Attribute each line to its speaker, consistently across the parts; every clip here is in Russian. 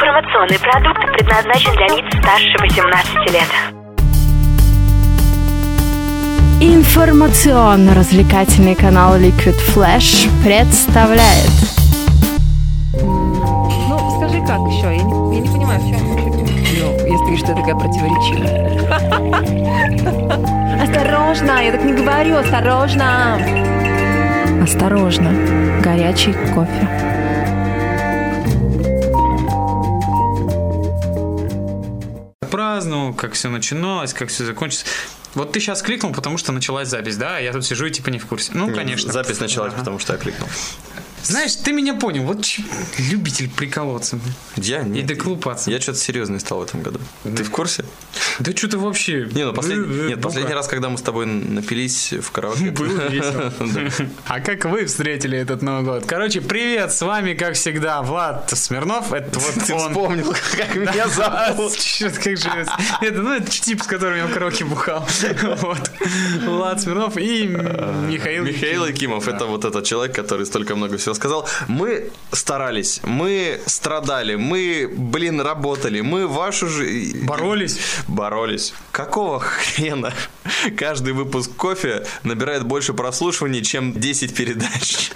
Speaker 1: Информационный продукт предназначен для лиц старше 18 лет.
Speaker 2: Информационно-развлекательный канал Liquid Flash представляет
Speaker 3: Ну, скажи, как еще? Я не, я не понимаю, в чем
Speaker 4: Ну, если ты говоришь, что я такая противоречивая.
Speaker 3: Осторожно, я так не говорю, осторожно.
Speaker 4: Осторожно, горячий кофе.
Speaker 5: праздновал, как все начиналось, как все закончилось. Вот ты сейчас кликнул, потому что началась запись, да? а Я тут сижу и типа не в курсе. Ну,
Speaker 6: Не,
Speaker 5: конечно.
Speaker 6: Запись началась,
Speaker 5: Ага.
Speaker 6: потому что я кликнул.
Speaker 5: Знаешь, ты меня понял. Вот ч- любитель приколоться. блин.
Speaker 6: Я
Speaker 5: И
Speaker 6: не.
Speaker 5: доколупаться.
Speaker 6: Я что-то серьезный стал в этом году. Ты в курсе?
Speaker 5: Да что ты вообще...
Speaker 6: Не, ну
Speaker 5: Э, э,
Speaker 6: последний. Нет, последний
Speaker 5: бука.
Speaker 6: раз, когда мы с тобой напились в караоке.
Speaker 5: Было весело. А как вы встретили этот Новый год? Короче, привет, с вами, как всегда, Влад Смирнов. Это вот
Speaker 6: Ты
Speaker 5: он.
Speaker 6: вспомнил, как меня зовут.
Speaker 5: Чё-то как же... Это, ну, это тип, с которым я в караоке бухал. Вот. Влад Смирнов и Михаил...
Speaker 6: Михаил Якимов, это вот этот человек, который столько много всего сказал. Мы старались, мы страдали, мы, блин, работали, мы вашу же...
Speaker 5: Боролись.
Speaker 6: Боролись. Какого хрена каждый выпуск кофе набирает больше прослушиваний, чем 10 передач?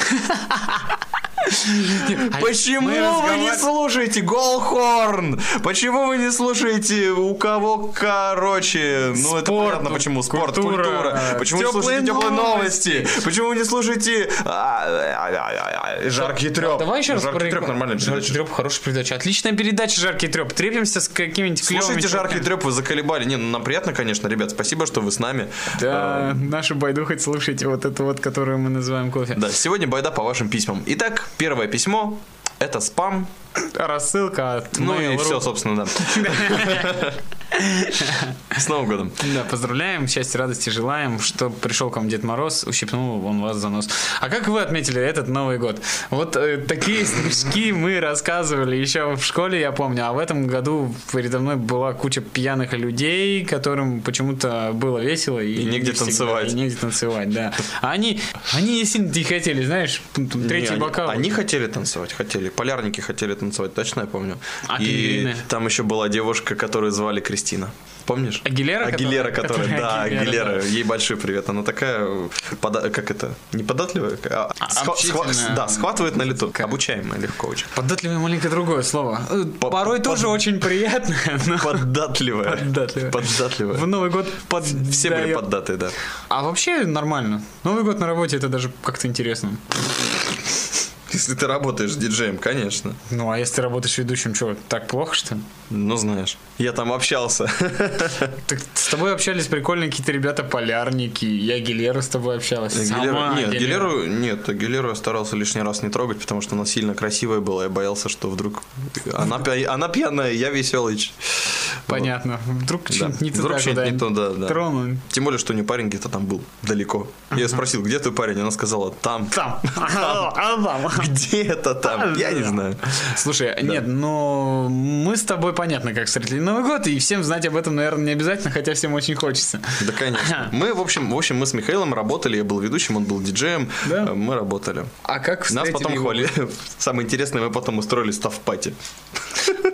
Speaker 6: Почему
Speaker 5: А мы
Speaker 6: вы не
Speaker 5: разговар-
Speaker 6: слушаете Голхорн? Почему вы не слушаете у кого короче? Ну это
Speaker 5: Спорт,
Speaker 6: понятно, почему спорт,
Speaker 5: культура,
Speaker 6: культура.
Speaker 5: э,
Speaker 6: Почему вы не
Speaker 5: теплые
Speaker 6: слушаете теплые
Speaker 5: новости?
Speaker 6: новости? Почему вы не слушаете а, а, а, а, а, жаркий треп?
Speaker 5: Давай еще раз
Speaker 6: жаркий
Speaker 5: про-
Speaker 6: треп нормально.
Speaker 5: Жаркий треп, хорошая передача. Отличная передача, жаркий треп. Трепимся с какими-нибудь клевыми.
Speaker 6: Слушайте жаркий треп, вы заколебали. Не, ну, нам приятно, конечно, ребят. Спасибо, что вы с нами. А,
Speaker 5: Да, нашу байду хоть слушайте, вот эту вот, которую мы называем кофе.
Speaker 6: Да, сегодня байда по вашим письмам. Итак, первое письмо. Это спам.
Speaker 5: Рассылка от
Speaker 6: Ну и
Speaker 5: Mail.ru.
Speaker 6: все, собственно, да. С Новым годом.
Speaker 5: Да, поздравляем, счастья, радости желаем, что пришел к вам Дед Мороз, ущипнул он вас за нос. А как вы отметили этот Новый год? Вот э, такие снежки мы рассказывали еще в школе, я помню, а в этом году передо мной была куча пьяных людей, которым почему-то было весело. И,
Speaker 6: И негде
Speaker 5: не всегда,
Speaker 6: танцевать.
Speaker 5: И негде танцевать, да. А они, они не сильно не хотели, знаешь, п- п- третий
Speaker 6: Не, они-
Speaker 5: бокал.
Speaker 6: Они, хотели танцевать, хотели. Полярники хотели танцевать, точно я помню.
Speaker 5: А
Speaker 6: И
Speaker 5: пингвины?
Speaker 6: там еще была девушка, которую звали Кристина. Помнишь?
Speaker 5: Агилера,
Speaker 6: Агилера,
Speaker 5: которая-
Speaker 6: которая, да,
Speaker 5: которая Агилера,
Speaker 6: Агилера, Ей большой привет. Она такая, э, пода- как это, не податливая, а схва- схва-
Speaker 5: общительная.
Speaker 6: да, схватывает на лету. Обучаемая легко очень.
Speaker 5: Податливое маленько другое слово. Э,
Speaker 6: По-
Speaker 5: Порой
Speaker 6: под-
Speaker 5: тоже очень приятно, но...
Speaker 6: Податливая.
Speaker 5: Податливая.
Speaker 6: Податливая.
Speaker 5: В Новый год под...
Speaker 6: Все были поддаты, да.
Speaker 5: А вообще нормально. Новый год на работе это даже как-то интересно.
Speaker 6: Если ты работаешь диджеем, конечно.
Speaker 5: Ну а если ты работаешь ведущим, что, так плохо что ли?
Speaker 6: Ну, знаешь. Я там общался.
Speaker 5: Так с тобой общались прикольные какие-то ребята полярники. Я Гилера с тобой общалась.
Speaker 6: Агилеру,
Speaker 5: Сама
Speaker 6: нет,
Speaker 5: Агилера.
Speaker 6: Агилеру, нет, Агилеру я старался лишний раз не трогать, потому что она сильно красивая была. Я боялся, что вдруг она, пья- она пьяная, я веселый.
Speaker 5: Понятно. Вдруг
Speaker 6: Да.
Speaker 5: что-нибудь не туда
Speaker 6: Вдруг что-нибудь не
Speaker 5: куда-нибудь
Speaker 6: туда, да.
Speaker 5: тронули.
Speaker 6: Тем более, что у нее парень где-то там был далеко. Я спросил, где твой парень? Она сказала, там.
Speaker 5: Там. А, там.
Speaker 6: Где это там? Я не знаю.
Speaker 5: Слушай, нет, но мы с тобой понятно, как встретили Новый год, и всем знать об этом, наверное, не обязательно, хотя всем очень хочется.
Speaker 6: Да, конечно. Мы, в общем, в общем, мы с Михаилом работали. Я был ведущим, он был диджеем. Э,
Speaker 5: Да.
Speaker 6: Мы работали.
Speaker 5: А как
Speaker 6: Нас
Speaker 5: встретили
Speaker 6: потом
Speaker 5: его?
Speaker 6: хвалили. Самое интересное, мы потом устроили став-пати.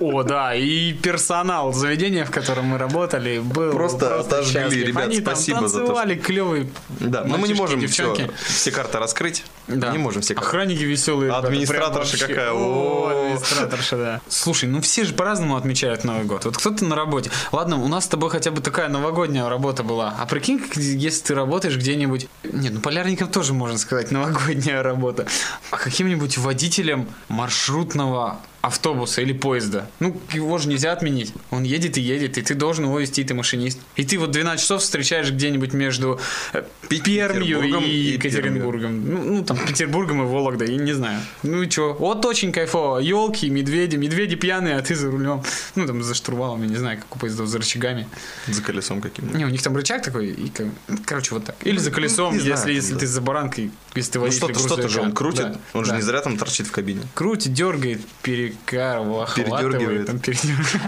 Speaker 5: О, да, и персонал заведения, в котором мы работали, был
Speaker 6: Просто отожгли,
Speaker 5: счастлив.
Speaker 6: ребят,
Speaker 5: Они там
Speaker 6: спасибо за то,
Speaker 5: танцевали клевые
Speaker 6: Да, но мы не
Speaker 5: мальчишки,
Speaker 6: можем всё-
Speaker 5: девчонки.
Speaker 6: все карты раскрыть.
Speaker 5: Да.
Speaker 6: Не можем все карты.
Speaker 5: Охранники веселые.
Speaker 6: А
Speaker 5: ребята, прям
Speaker 6: администраторша
Speaker 5: вообще.
Speaker 6: какая,
Speaker 5: О,
Speaker 6: о.
Speaker 5: администраторша, да. Слушай, ну все же по-разному отмечают Новый год. Вот кто-то на работе. Ладно, у нас с тобой хотя бы такая новогодняя работа была. А прикинь, как- если ты работаешь где-нибудь... Нет, ну полярникам тоже, можно сказать, новогодняя работа. А каким-нибудь водителем маршрутного автобуса или поезда. Ну, его же нельзя отменить. Он едет и едет, и ты должен его вести, ты машинист. И ты вот 12 часов встречаешь где-нибудь между э, Пермью
Speaker 6: Петербургом
Speaker 5: и
Speaker 6: и
Speaker 5: Екатеринбургом. Ну, ну, там, Петербургом и Вологдой, я не знаю. Ну и чё? Вот очень кайфово. Елки, медведи. Медведи пьяные, а ты за рулем. Ну, там, за штурвалом, я не знаю, как у поездов, за рычагами.
Speaker 6: За колесом каким-нибудь.
Speaker 5: Не, у них там рычаг такой, и, как- ну, короче, вот так. Или за колесом,
Speaker 6: не
Speaker 5: если,
Speaker 6: знаю,
Speaker 5: если
Speaker 6: да.
Speaker 5: ты за баранкой, если ты
Speaker 6: Ну,
Speaker 5: водитель
Speaker 6: что-то, что-то же он крутит.
Speaker 5: грузовика. Да,
Speaker 6: он же
Speaker 5: да.
Speaker 6: не зря там торчит в кабине.
Speaker 5: Крутит, дергает, перекарвахватывает.
Speaker 6: Передёргивает.
Speaker 5: Там, передёргивает.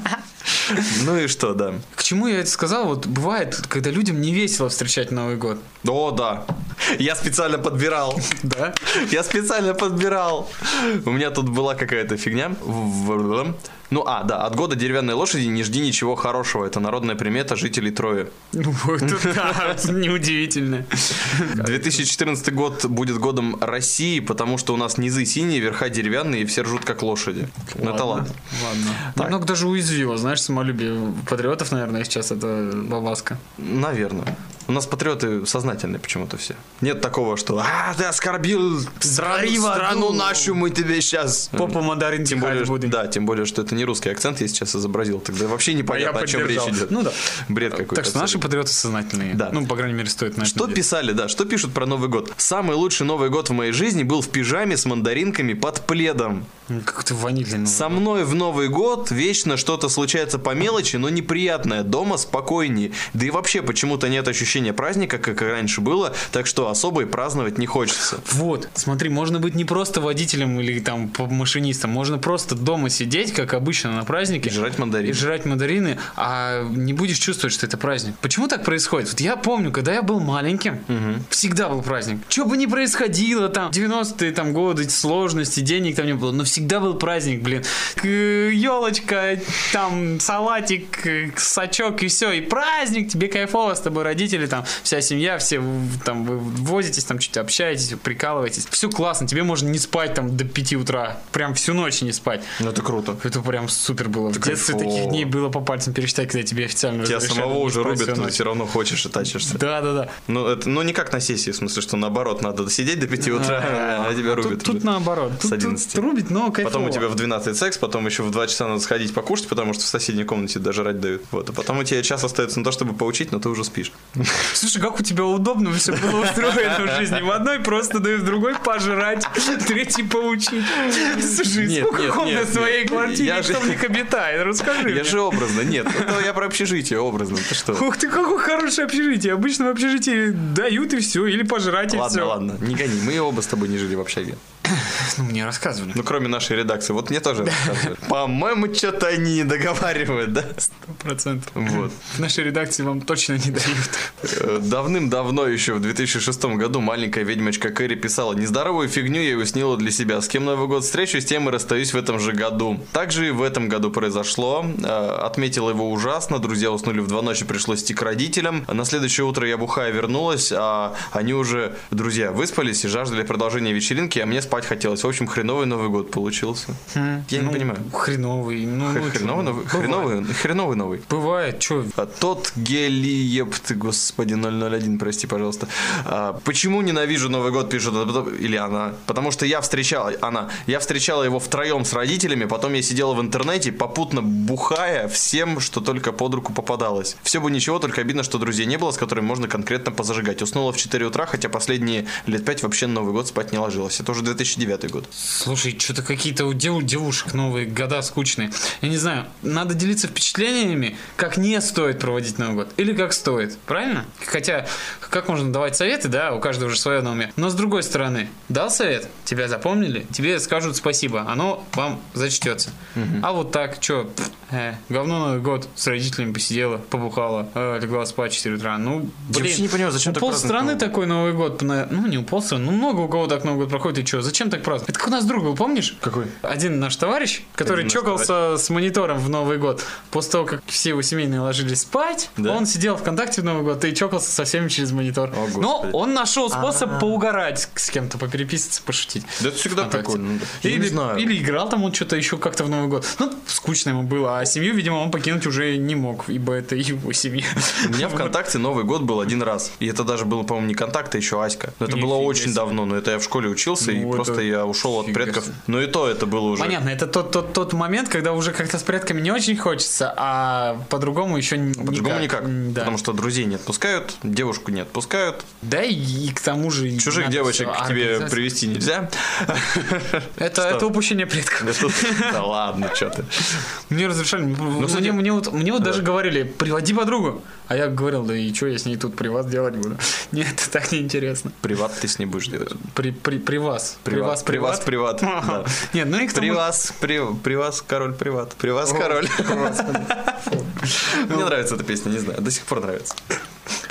Speaker 6: Ну и что, да.
Speaker 5: К чему я это сказал? Вот бывает, когда людям не весело встречать Новый год.
Speaker 6: О, да. Я специально подбирал.
Speaker 5: Да?
Speaker 6: Я специально подбирал. У меня тут была какая-то фигня. Ну, а, да, от года деревянной лошади не жди ничего хорошего. Это народная примета жителей Трои.
Speaker 5: Вот это да, это неудивительно.
Speaker 6: 2014 год будет годом России, потому что у нас низы синие, верха деревянные, и все ржут как лошади. Ну, это ладно.
Speaker 5: Ладно.
Speaker 6: Так.
Speaker 5: Немного даже уязвило, знаешь, самолюбие патриотов, наверное, сейчас это бабаска.
Speaker 6: Наверное. У нас патриоты сознательные почему-то все. Нет такого, что «А, ты оскорбил страну,
Speaker 5: в
Speaker 6: страну
Speaker 5: аду.
Speaker 6: нашу, мы тебе сейчас...»
Speaker 5: Попа мандарин
Speaker 6: Тем более, что- да, тем более, что это не русский акцент я сейчас изобразил. Тогда вообще непонятно, о чем речь
Speaker 5: А поддержал.
Speaker 6: идет.
Speaker 5: Ну да.
Speaker 6: Бред какой-то.
Speaker 5: Так что наши
Speaker 6: абсолютно.
Speaker 5: патриоты сознательные.
Speaker 6: Да.
Speaker 5: Ну, по крайней мере, стоит на это
Speaker 6: Что
Speaker 5: надеяться.
Speaker 6: писали, да, что пишут про Новый год? Самый лучший Новый год в моей жизни был в пижаме с мандаринками под пледом.
Speaker 5: Ну, Как-то ванильный.
Speaker 6: Со мной в Новый год вечно что-то случается по мелочи, но неприятное. Дома спокойнее. Да и вообще почему-то нет ощущения праздника, как и раньше было, так что особо и праздновать не хочется.
Speaker 5: Вот, смотри, можно быть не просто водителем или там по- машинистом, можно просто дома сидеть, как обычно на празднике.
Speaker 6: И жрать мандарины.
Speaker 5: И жрать мандарины, а не будешь чувствовать, что это праздник. Почему так происходит? Вот я помню, когда я был маленьким, всегда был праздник. Что бы ни происходило, там, 90-е там, годы, сложности, денег там не было, но всегда был праздник, блин. Елочка, там, салатик, э, сачок и все, и праздник, тебе кайфово, с тобой родители, там, вся семья, все в- там, вы возитесь, там, чуть общаетесь, прикалываетесь. Все классно, тебе можно не спать там до 5 утра, прям всю ночь не спать.
Speaker 6: Ну это круто.
Speaker 5: Это прям супер было. в детстве
Speaker 6: кайфово.
Speaker 5: таких дней было по пальцам пересчитать, когда тебе официально
Speaker 6: Тебя
Speaker 5: разрешали
Speaker 6: самого
Speaker 5: не
Speaker 6: уже
Speaker 5: спать всю
Speaker 6: рубят, но
Speaker 5: ночь.
Speaker 6: все равно хочешь и тащишься.
Speaker 5: Да, да, да.
Speaker 6: Ну, это, ну, не как на сессии, в смысле, что наоборот, надо сидеть до 5 утра, а тебя
Speaker 5: Тут-
Speaker 6: рубят.
Speaker 5: Тут,
Speaker 6: уже.
Speaker 5: наоборот. Тут,
Speaker 6: С
Speaker 5: тут
Speaker 6: 11.
Speaker 5: рубит, но кайфово.
Speaker 6: Потом у тебя в 12 секс, потом еще в 2 часа надо сходить покушать, потому что в соседней комнате даже рать дают. Вот. А потом у тебя час остается на то, чтобы поучить, но ты уже спишь.
Speaker 5: Слушай, как у тебя удобно все было устроено в жизни. В одной просто дают, в другой пожрать, в третьей поучить. Слушай,
Speaker 6: Нет,
Speaker 5: сколько
Speaker 6: нет,
Speaker 5: комнат
Speaker 6: нет,
Speaker 5: в своей
Speaker 6: нет.
Speaker 5: квартире,
Speaker 6: Я
Speaker 5: кто
Speaker 6: же-
Speaker 5: в них обитает? Расскажи мне.
Speaker 6: Я же образно, нет. Это я про общежитие образно. Ты что?
Speaker 5: Ух ты, какое хорошее общежитие. Обычно в общежитии дают и все, или пожрать, и
Speaker 6: Ладно,
Speaker 5: все.
Speaker 6: ладно, не гони. Мы оба с тобой не жили в общаге.
Speaker 5: Ну, мне рассказывали.
Speaker 6: Ну, кроме нашей редакции. Вот мне тоже рассказывали. По-моему, что-то они не договаривают, да?
Speaker 5: Процент.
Speaker 6: Вот.
Speaker 5: В нашей редакции вам точно не дают.
Speaker 6: Э, Давным-давно, еще в 2006 году, маленькая ведьмочка Кэрри писала «Нездоровую фигню я и уснила для себя. С кем Новый год встречу, с тем и расстаюсь в этом же году». Также и в этом году произошло. Э, Отметила его ужасно. Друзья уснули в два ночи, пришлось идти к родителям. На следующее утро я бухая вернулась, а они уже, друзья, выспались и жаждали продолжения вечеринки, а мне спать хотелось. В общем, хреновый Новый год получился. Я не
Speaker 5: Ну,
Speaker 6: понимаю.
Speaker 5: Хреновый. Ну,
Speaker 6: Хр-
Speaker 5: это-
Speaker 6: Хреновый новый,
Speaker 5: бывает.
Speaker 6: хреновый, хреновый новый.
Speaker 5: Бывает, что?
Speaker 6: А Тот гелиеп, ты, господи, 001, прости, пожалуйста. А, почему ненавижу Новый год, пишет а потом- или она? Потому что я встречала, она, я встречала его втроем с родителями, потом я сидела в интернете, попутно бухая всем, что только под руку попадалось. Все бы ничего, только обидно, что друзей не было, с которыми можно конкретно позажигать. Уснула в 4 утра, хотя последние лет 5 вообще на Новый год спать не ложилась. Это уже 2009 год.
Speaker 5: Слушай, что-то какие-то у дев- девушек новые года скучные. Я не знаю, надо делиться впечатлениями, как не стоит проводить Новый год. Или как стоит, правильно? Хотя, как можно давать советы, да, у каждого же свое на уме. Но с другой стороны, дал совет, тебя запомнили, тебе скажут спасибо, оно вам зачтется. А вот так, что, говно Новый год, с родителями посидела, побухала, э, легла спать 4 утра. Ну, блин, ну,
Speaker 6: вообще не понимаю, зачем
Speaker 5: у
Speaker 6: так праздновать
Speaker 5: полстраны
Speaker 6: Новый год?
Speaker 5: так такой Новый год, на- ну не у полстраны, ну много у кого так Новый год проходит, и что, зачем так праздновать? Это как у нас друг был, помнишь?
Speaker 6: Какой?
Speaker 5: Один наш товарищ, который
Speaker 6: Один наш
Speaker 5: чокался с монитором в Новый год. После того, как все его семейные ложились спать,
Speaker 6: Да.
Speaker 5: он сидел ВКонтакте в Новый год и чокался со всеми через монитор.
Speaker 6: Господи.
Speaker 5: Но он нашел способ поугарать с кем-то, попереписываться, пошутить.
Speaker 6: Да это всегда
Speaker 5: ВКонтакте.
Speaker 6: прикольно, да. Я
Speaker 5: Или,
Speaker 6: не знаю.
Speaker 5: или играл там он что-то еще как-то в Новый год. Ну, скучно ему было, а семью, видимо, он покинуть уже не мог, ибо это его семья.
Speaker 6: У меня ВКонтакте Новый год был один раз. И это даже было, по-моему, не контакт, а еще Аська. Но это
Speaker 5: Нифига
Speaker 6: было очень
Speaker 5: себе.
Speaker 6: давно, но это я в школе учился, и
Speaker 5: Ну, это
Speaker 6: просто я ушел от
Speaker 5: фига
Speaker 6: предков.
Speaker 5: себе.
Speaker 6: Но и то это было уже.
Speaker 5: Понятно, это тот, тот, тот момент, когда уже как-то с предками не очень хочется, а по-другому еще не
Speaker 6: По-другому никак.
Speaker 5: Да.
Speaker 6: Потому что друзей не отпускают, девушку не отпускают,
Speaker 5: да и, и к тому же... и
Speaker 6: чужих
Speaker 5: надо
Speaker 6: девочек
Speaker 5: всё
Speaker 6: к тебе
Speaker 5: организовать.
Speaker 6: привести нельзя.
Speaker 5: Это, это упущение предков.
Speaker 6: Да тут- Да ладно, что ты.
Speaker 5: Мне разрешали. мне,
Speaker 6: Ну, кстати,
Speaker 5: мне вот, мне вот даже говорили, приводи подругу. А я говорил, да и что я с ней тут при вас делать буду? Нет, это так неинтересно.
Speaker 6: Приват ты с ней будешь делать.
Speaker 5: При, при, при вас.
Speaker 6: Приват, при вас приват, да.
Speaker 5: Нет, ну и к тому
Speaker 6: При вас, при, при вас король приват. При вас король. Мне нравится эта песня, не знаю, до сих пор нравится.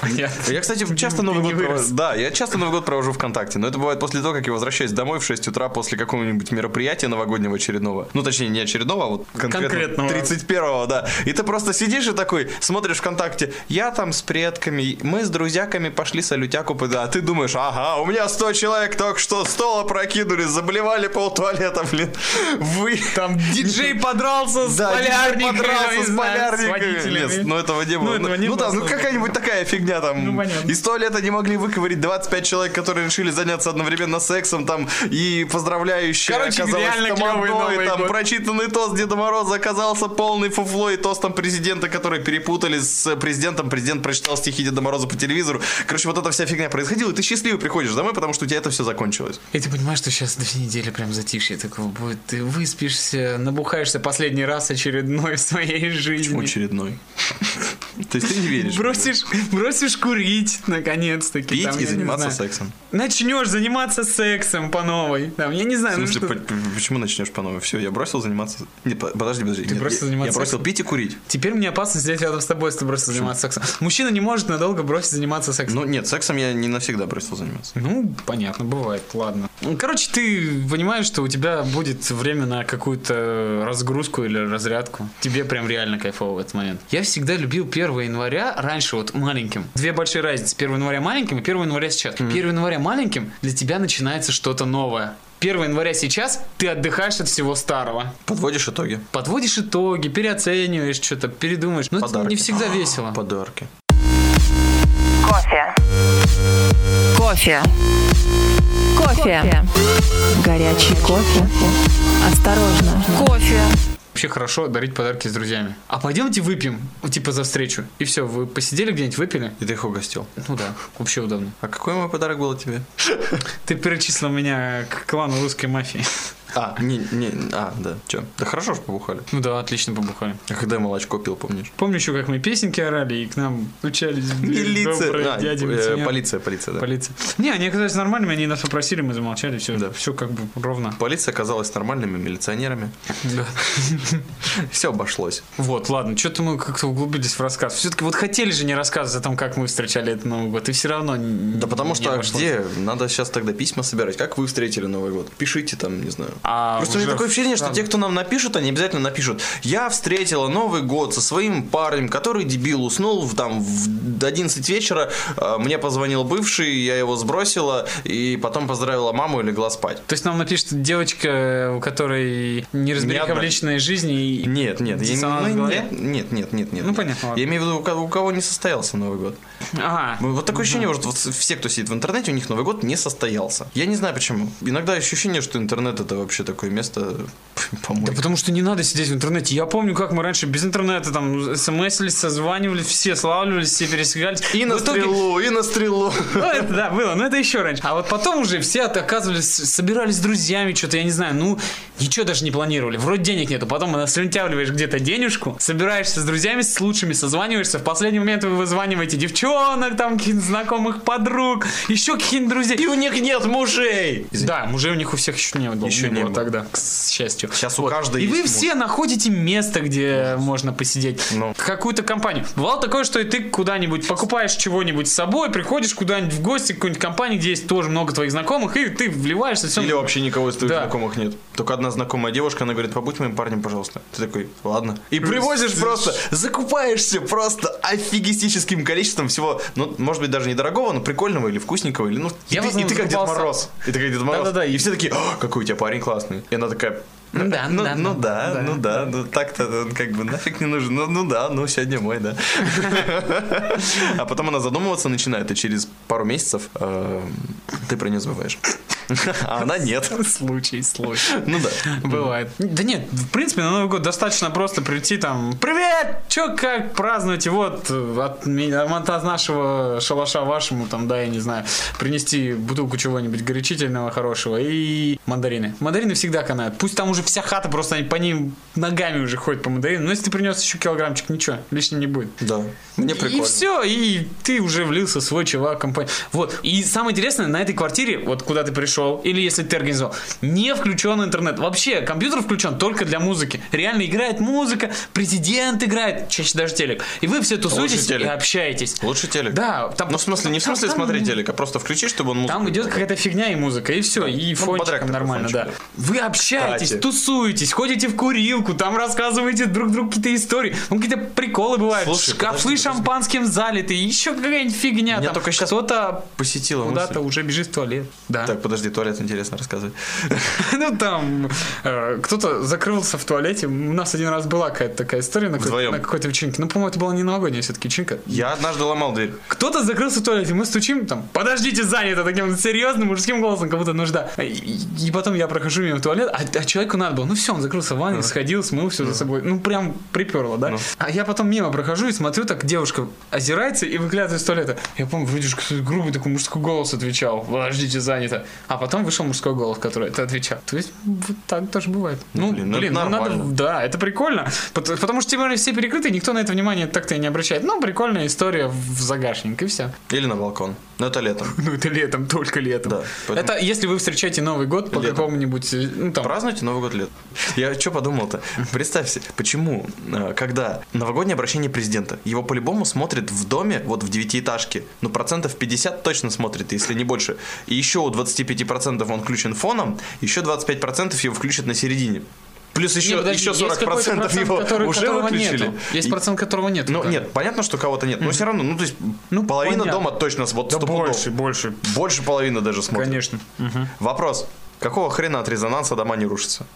Speaker 7: Понятно.
Speaker 6: Я, кстати,
Speaker 7: Ты
Speaker 6: часто
Speaker 7: не-
Speaker 6: Новый
Speaker 7: ты не
Speaker 6: год провожу.
Speaker 7: вырос.
Speaker 6: Да, я часто Новый год провожу ВКонтакте, но это бывает после того, как я возвращаюсь домой в 6 утра после какого-нибудь мероприятия новогоднего очередного. Ну, точнее, не очередного, а вот конкретно
Speaker 7: Конкретного.
Speaker 6: 31-го, да. И ты просто сидишь и такой, смотришь ВКонтакте, я там с предками, мы с друзьяками пошли салютяку, под-». а ты думаешь, ага, у меня 100 человек только что стола прокинули, заблевали пол туалета, блин. Вы...
Speaker 7: Там диджей подрался с
Speaker 6: Да,
Speaker 7: полярниками.
Speaker 6: подрался
Speaker 7: не
Speaker 6: с
Speaker 7: знаю,
Speaker 6: полярниками.
Speaker 7: водителями.
Speaker 6: Нет, ну этого не
Speaker 7: Ну,
Speaker 6: было.
Speaker 7: этого не
Speaker 6: ну
Speaker 7: было,
Speaker 6: да, ну
Speaker 7: слушай.
Speaker 6: какая-нибудь такая фигня там.
Speaker 7: Ну, понятно.
Speaker 6: Из туалета не могли выковырить 25 человек, которые решили заняться одновременно сексом там и поздравляющие.
Speaker 7: Короче,
Speaker 6: оказалось
Speaker 7: реально
Speaker 6: тамадой,
Speaker 7: клёвый Новый
Speaker 6: там
Speaker 7: год.
Speaker 6: прочитанный тост Деда Мороза оказался полный фуфло и тостом президента, который перепутали с э, президентом. Президент прочитал стихи Деда Мороза по телевизору. Короче, вот эта вся фигня происходила, и ты счастливый приходишь домой, потому что у тебя это все закончилось.
Speaker 7: И ты понимаешь, что сейчас две недели прям затишье такого будет. Ты выспишься, набухаешься последний раз очередной в своей жизни.
Speaker 6: Почему очередной? То есть ты не веришь?
Speaker 7: Бросишь, бросишь курить, наконец-таки.
Speaker 6: Пить
Speaker 7: там,
Speaker 6: и
Speaker 7: я не
Speaker 6: заниматься
Speaker 7: знаю.
Speaker 6: сексом.
Speaker 7: Начнешь заниматься сексом по новой. Там, я не
Speaker 6: В
Speaker 7: знаю, ну
Speaker 6: смысле,
Speaker 7: что-
Speaker 6: по- по- почему начнешь по новой? Все, я бросил заниматься. Не, по- подожди, подожди. Нет,
Speaker 7: бросил
Speaker 6: я-
Speaker 7: заниматься
Speaker 6: Я бросил
Speaker 7: сексом?
Speaker 6: пить и курить.
Speaker 7: Теперь мне опасно сидеть рядом с тобой, если ты бросишь заниматься сексом. Мужчина не может надолго бросить заниматься сексом.
Speaker 6: Ну нет, сексом я не навсегда бросил заниматься.
Speaker 7: Ну, понятно, бывает, ладно. Ну, Короче, ты понимаешь, что у тебя будет время на какую-то разгрузку или разрядку. Тебе прям реально кайфово в этот момент. Я всегда любил 1 января раньше вот маленьким. Две большие разницы. 1 января маленьким и 1 января сейчас. 1 января маленьким для тебя начинается что-то новое. 1 января сейчас ты отдыхаешь от всего старого.
Speaker 6: Подводишь итоги.
Speaker 7: Подводишь итоги, переоцениваешь что-то, передумаешь.
Speaker 5: Ну,
Speaker 7: Но это
Speaker 6: Подарки.
Speaker 7: не всегда весело.
Speaker 6: Подарки.
Speaker 8: Кофе.
Speaker 3: Кофе. Кофе.
Speaker 9: Горячий кофе. Осторожно.
Speaker 3: Кофе.
Speaker 7: Вообще хорошо дарить подарки с друзьями. А пойдемте выпьем, типа за встречу. И все, вы посидели где-нибудь, выпили?
Speaker 6: И ты их угостил.
Speaker 7: Ну да, вообще удобно.
Speaker 6: А какой мой подарок был тебе?
Speaker 7: Ты перечислил меня к клану русской мафии.
Speaker 6: А, не, не, а, да, чё? Да хорошо ж побухали.
Speaker 7: Ну да, отлично побухали.
Speaker 6: А когда я молочко пил, помнишь?
Speaker 7: Помню еще, как мы песенки орали, и к нам учались Милиция.
Speaker 6: А,
Speaker 7: дяди,
Speaker 6: э,
Speaker 7: милиционеры.
Speaker 6: полиция, полиция, да.
Speaker 7: Полиция. Не, они оказались нормальными, они нас попросили, мы замолчали, все,
Speaker 6: Да.
Speaker 7: все как бы ровно.
Speaker 6: Полиция оказалась нормальными милиционерами. Все обошлось.
Speaker 7: Вот, ладно, что-то мы как-то углубились в рассказ. Все-таки вот хотели же не рассказывать о том, как мы встречали этот Новый год, и все равно
Speaker 6: Да потому что а где? Надо сейчас тогда письма собирать. Как вы встретили Новый год? Пишите там, не знаю.
Speaker 7: А,
Speaker 6: Просто у меня
Speaker 7: уже
Speaker 6: такое ощущение, что
Speaker 7: странно.
Speaker 6: те, кто нам напишут, они обязательно напишут. Я встретила Новый год со своим парнем, который дебил, уснул в, там в 11 вечера, а, мне позвонил бывший, я его сбросила, и потом поздравила маму и легла спать.
Speaker 7: То есть нам напишет девочка, у которой не разбериха в
Speaker 6: одна.
Speaker 7: личной жизни и...
Speaker 6: Нет, нет, я,
Speaker 7: Диссонанс
Speaker 6: ну,
Speaker 7: в голове?
Speaker 6: нет, нет, нет, нет, нет.
Speaker 7: Ну, понятно, ладно.
Speaker 6: Я имею в виду, у кого, у кого не состоялся Новый год.
Speaker 7: Ага.
Speaker 6: Ну, Вот такое ощущение, что вот все, кто сидит в интернете, у них Новый год не состоялся. Я не знаю почему. Иногда ощущение, что интернет это вообще такое место
Speaker 7: Да
Speaker 6: помойка.
Speaker 7: потому что не надо сидеть в интернете. Я помню, как мы раньше без интернета там смс-лись, созванивались, все славливались, все пересекались.
Speaker 6: И на
Speaker 7: В итоге-
Speaker 6: стрелу, и на стрелу.
Speaker 7: Ну, это да, было, но это еще раньше. А вот потом уже все от- оказывались, собирались с друзьями, что-то, я не знаю, ну, ничего даже не планировали. Вроде денег нету, потом слюнтявливаешь где-то денежку, собираешься с друзьями, с лучшими созваниваешься, в последний момент вы вызваниваете девчонок, там, каких-нибудь знакомых подруг, еще каких-нибудь друзей.
Speaker 6: И у них нет мужей.
Speaker 7: Да, мужей у них у всех еще не было.
Speaker 6: Еще не
Speaker 7: было
Speaker 6: было.
Speaker 7: тогда, к счастью.
Speaker 6: Сейчас у каждой
Speaker 7: И вы
Speaker 6: есть
Speaker 7: все находите место, где можно посидеть.
Speaker 6: Ну.
Speaker 7: Какую-то компанию. Бывало такое, что и ты куда-нибудь покупаешь чего-нибудь с собой, приходишь куда-нибудь в гости к какой-нибудь компании, где есть тоже много твоих знакомых, и ты вливаешься. Все.
Speaker 6: Или вообще никого из твоих
Speaker 7: Да.
Speaker 6: знакомых нет. Только одна знакомая девушка, она говорит, побудь моим парнем, пожалуйста. Ты такой, ладно. И привозишь просто, закупаешься просто офигистическим количеством всего, ну, может быть, даже недорогого, но прикольного или вкусненького, или, ну,
Speaker 7: Я
Speaker 6: и,
Speaker 7: в
Speaker 6: ты, и
Speaker 7: основном
Speaker 6: ты как Дед
Speaker 7: закупался-
Speaker 6: Мороз. И ты как Дед Мороз.
Speaker 7: Да-да-да.
Speaker 6: И все такие, «О, какой у тебя парень классный. И она такая,
Speaker 7: Ну да,
Speaker 6: ну,
Speaker 7: да,
Speaker 6: ну
Speaker 7: ну
Speaker 6: да,
Speaker 7: да.
Speaker 6: ну да, ну так-то он как бы нафиг не нужен. Ну, ну да, ну сегодня мой, да. А потом она задумываться начинает, и через пару месяцев э, ты про нее забываешь. А она нет.
Speaker 7: Случай, случай.
Speaker 6: Ну да.
Speaker 7: Бывает. Да нет, в принципе, на Новый год достаточно просто прийти там «Привет! Чё, как празднуете?» Вот э, от, меня- от нашего шалаша вашему, там, да, я не знаю, принести бутылку чего-нибудь горячительного, хорошего и мандарины. Мандарины всегда канают. Пусть там уже вся хата, просто они по ним ногами уже ходят по мандаринам. Но если ты принес еще килограммчик, ничего, лишним не будет.
Speaker 6: Да. Мне прикольно.
Speaker 7: И все, и ты уже влился в свой чувак компания. Вот. И самое интересное, на этой квартире, вот куда ты пришел,
Speaker 5: пришел, или если ты организовал, не включен интернет. Вообще, компьютер включен только для музыки. Реально играет музыка, президент играет, чаще даже телек. И вы все
Speaker 6: Лучше
Speaker 5: тусуетесь и
Speaker 6: телек.
Speaker 5: общаетесь.
Speaker 6: Лучше телек.
Speaker 5: Да, там-
Speaker 6: Ну, в смысле, не в
Speaker 5: там-
Speaker 6: смысле
Speaker 5: там-
Speaker 6: смотреть телек, а просто включи, чтобы он музыку
Speaker 5: Там идет
Speaker 6: играл.
Speaker 5: какая-то фигня и музыка, и все, и
Speaker 6: подряд
Speaker 5: фончиком
Speaker 6: такой
Speaker 5: нормально,
Speaker 6: фончик,
Speaker 5: да. Вы общаетесь,
Speaker 6: Кстати.
Speaker 5: тусуетесь, ходите в курилку, там рассказываете друг другу какие-то истории, там какие-то приколы бывают,
Speaker 6: Слушай,
Speaker 5: шкафы
Speaker 6: подожди, подожди.
Speaker 5: шампанским залиты, еще какая-нибудь фигня.
Speaker 6: Меня
Speaker 5: там
Speaker 6: только щас
Speaker 5: кто-то
Speaker 6: посетила
Speaker 5: куда-то
Speaker 6: мысль.
Speaker 5: уже бежит в туалет. Да.
Speaker 6: а Так, подожди, туалет интересно рассказывай.
Speaker 5: Ну там э, кто-то закрылся в туалете. У нас один раз была какая-то такая история на какой-то,
Speaker 6: Вдвоем.
Speaker 5: на какой-то вечеринке. Ну, по-моему, это была не новогодняя все-таки вечеринка.
Speaker 6: Я однажды ломал дверь.
Speaker 5: Кто-то закрылся в туалете, мы стучим там, подождите, занято таким серьезным мужским голосом, как будто нужда. И, и потом я прохожу мимо туалет, а, а человеку надо было, ну все, он закрылся в ванной, сходил, смыл все за собой, ну прям приперло, да?
Speaker 6: Ну.
Speaker 5: А я потом мимо прохожу и смотрю, так девушка озирается и выглядывает из туалета. Я помню, вроде же какой-то грубый такой мужской голос отвечал, подождите, занято. А потом вышел мужской голос, который это отвечал. То есть вот так тоже бывает. Ну,
Speaker 6: блин,
Speaker 5: блин,
Speaker 6: ну это
Speaker 5: ну надо,
Speaker 6: нормально.
Speaker 5: да, это прикольно. Пот- Потому что тем более все перекрыты, никто на это внимание так-то и не обращает. Ну, прикольная история в загашник, и все.
Speaker 6: Или на балкон. Но это летом.
Speaker 5: Ну, это летом, только летом.
Speaker 6: Да, поэтому-
Speaker 5: Это если вы встречаете Новый год по
Speaker 6: Летом.
Speaker 5: какому-нибудь, э, ну, там,
Speaker 6: Празднуйте Новый год лет. Я что подумал-то? Представь себе, почему, э, когда новогоднее обращение президента, его по-любому смотрят в доме, вот в девятиэтажке, ну процентов 50 точно смотрит, если не больше. И еще у 25% он включен фоном, еще 25% его включат на середине. Плюс еще,
Speaker 5: Не, подожди,
Speaker 6: еще
Speaker 5: есть
Speaker 6: 40%
Speaker 5: какой-то процент,
Speaker 6: его
Speaker 5: который-
Speaker 6: уже
Speaker 5: которого
Speaker 6: выключили.
Speaker 5: нету. Есть
Speaker 6: И-
Speaker 5: процент, которого нет.
Speaker 6: Ну, нет, понятно, что кого-то нет, но все равно, ну, то есть,
Speaker 5: Ну,
Speaker 6: половина
Speaker 5: понятно.
Speaker 6: дома точно с- вот
Speaker 5: Да
Speaker 6: стопудово.
Speaker 5: больше, больше.
Speaker 6: Больше половины даже смотрит.
Speaker 5: Конечно.
Speaker 6: Вопрос. Какого хрена от резонанса дома не рушатся?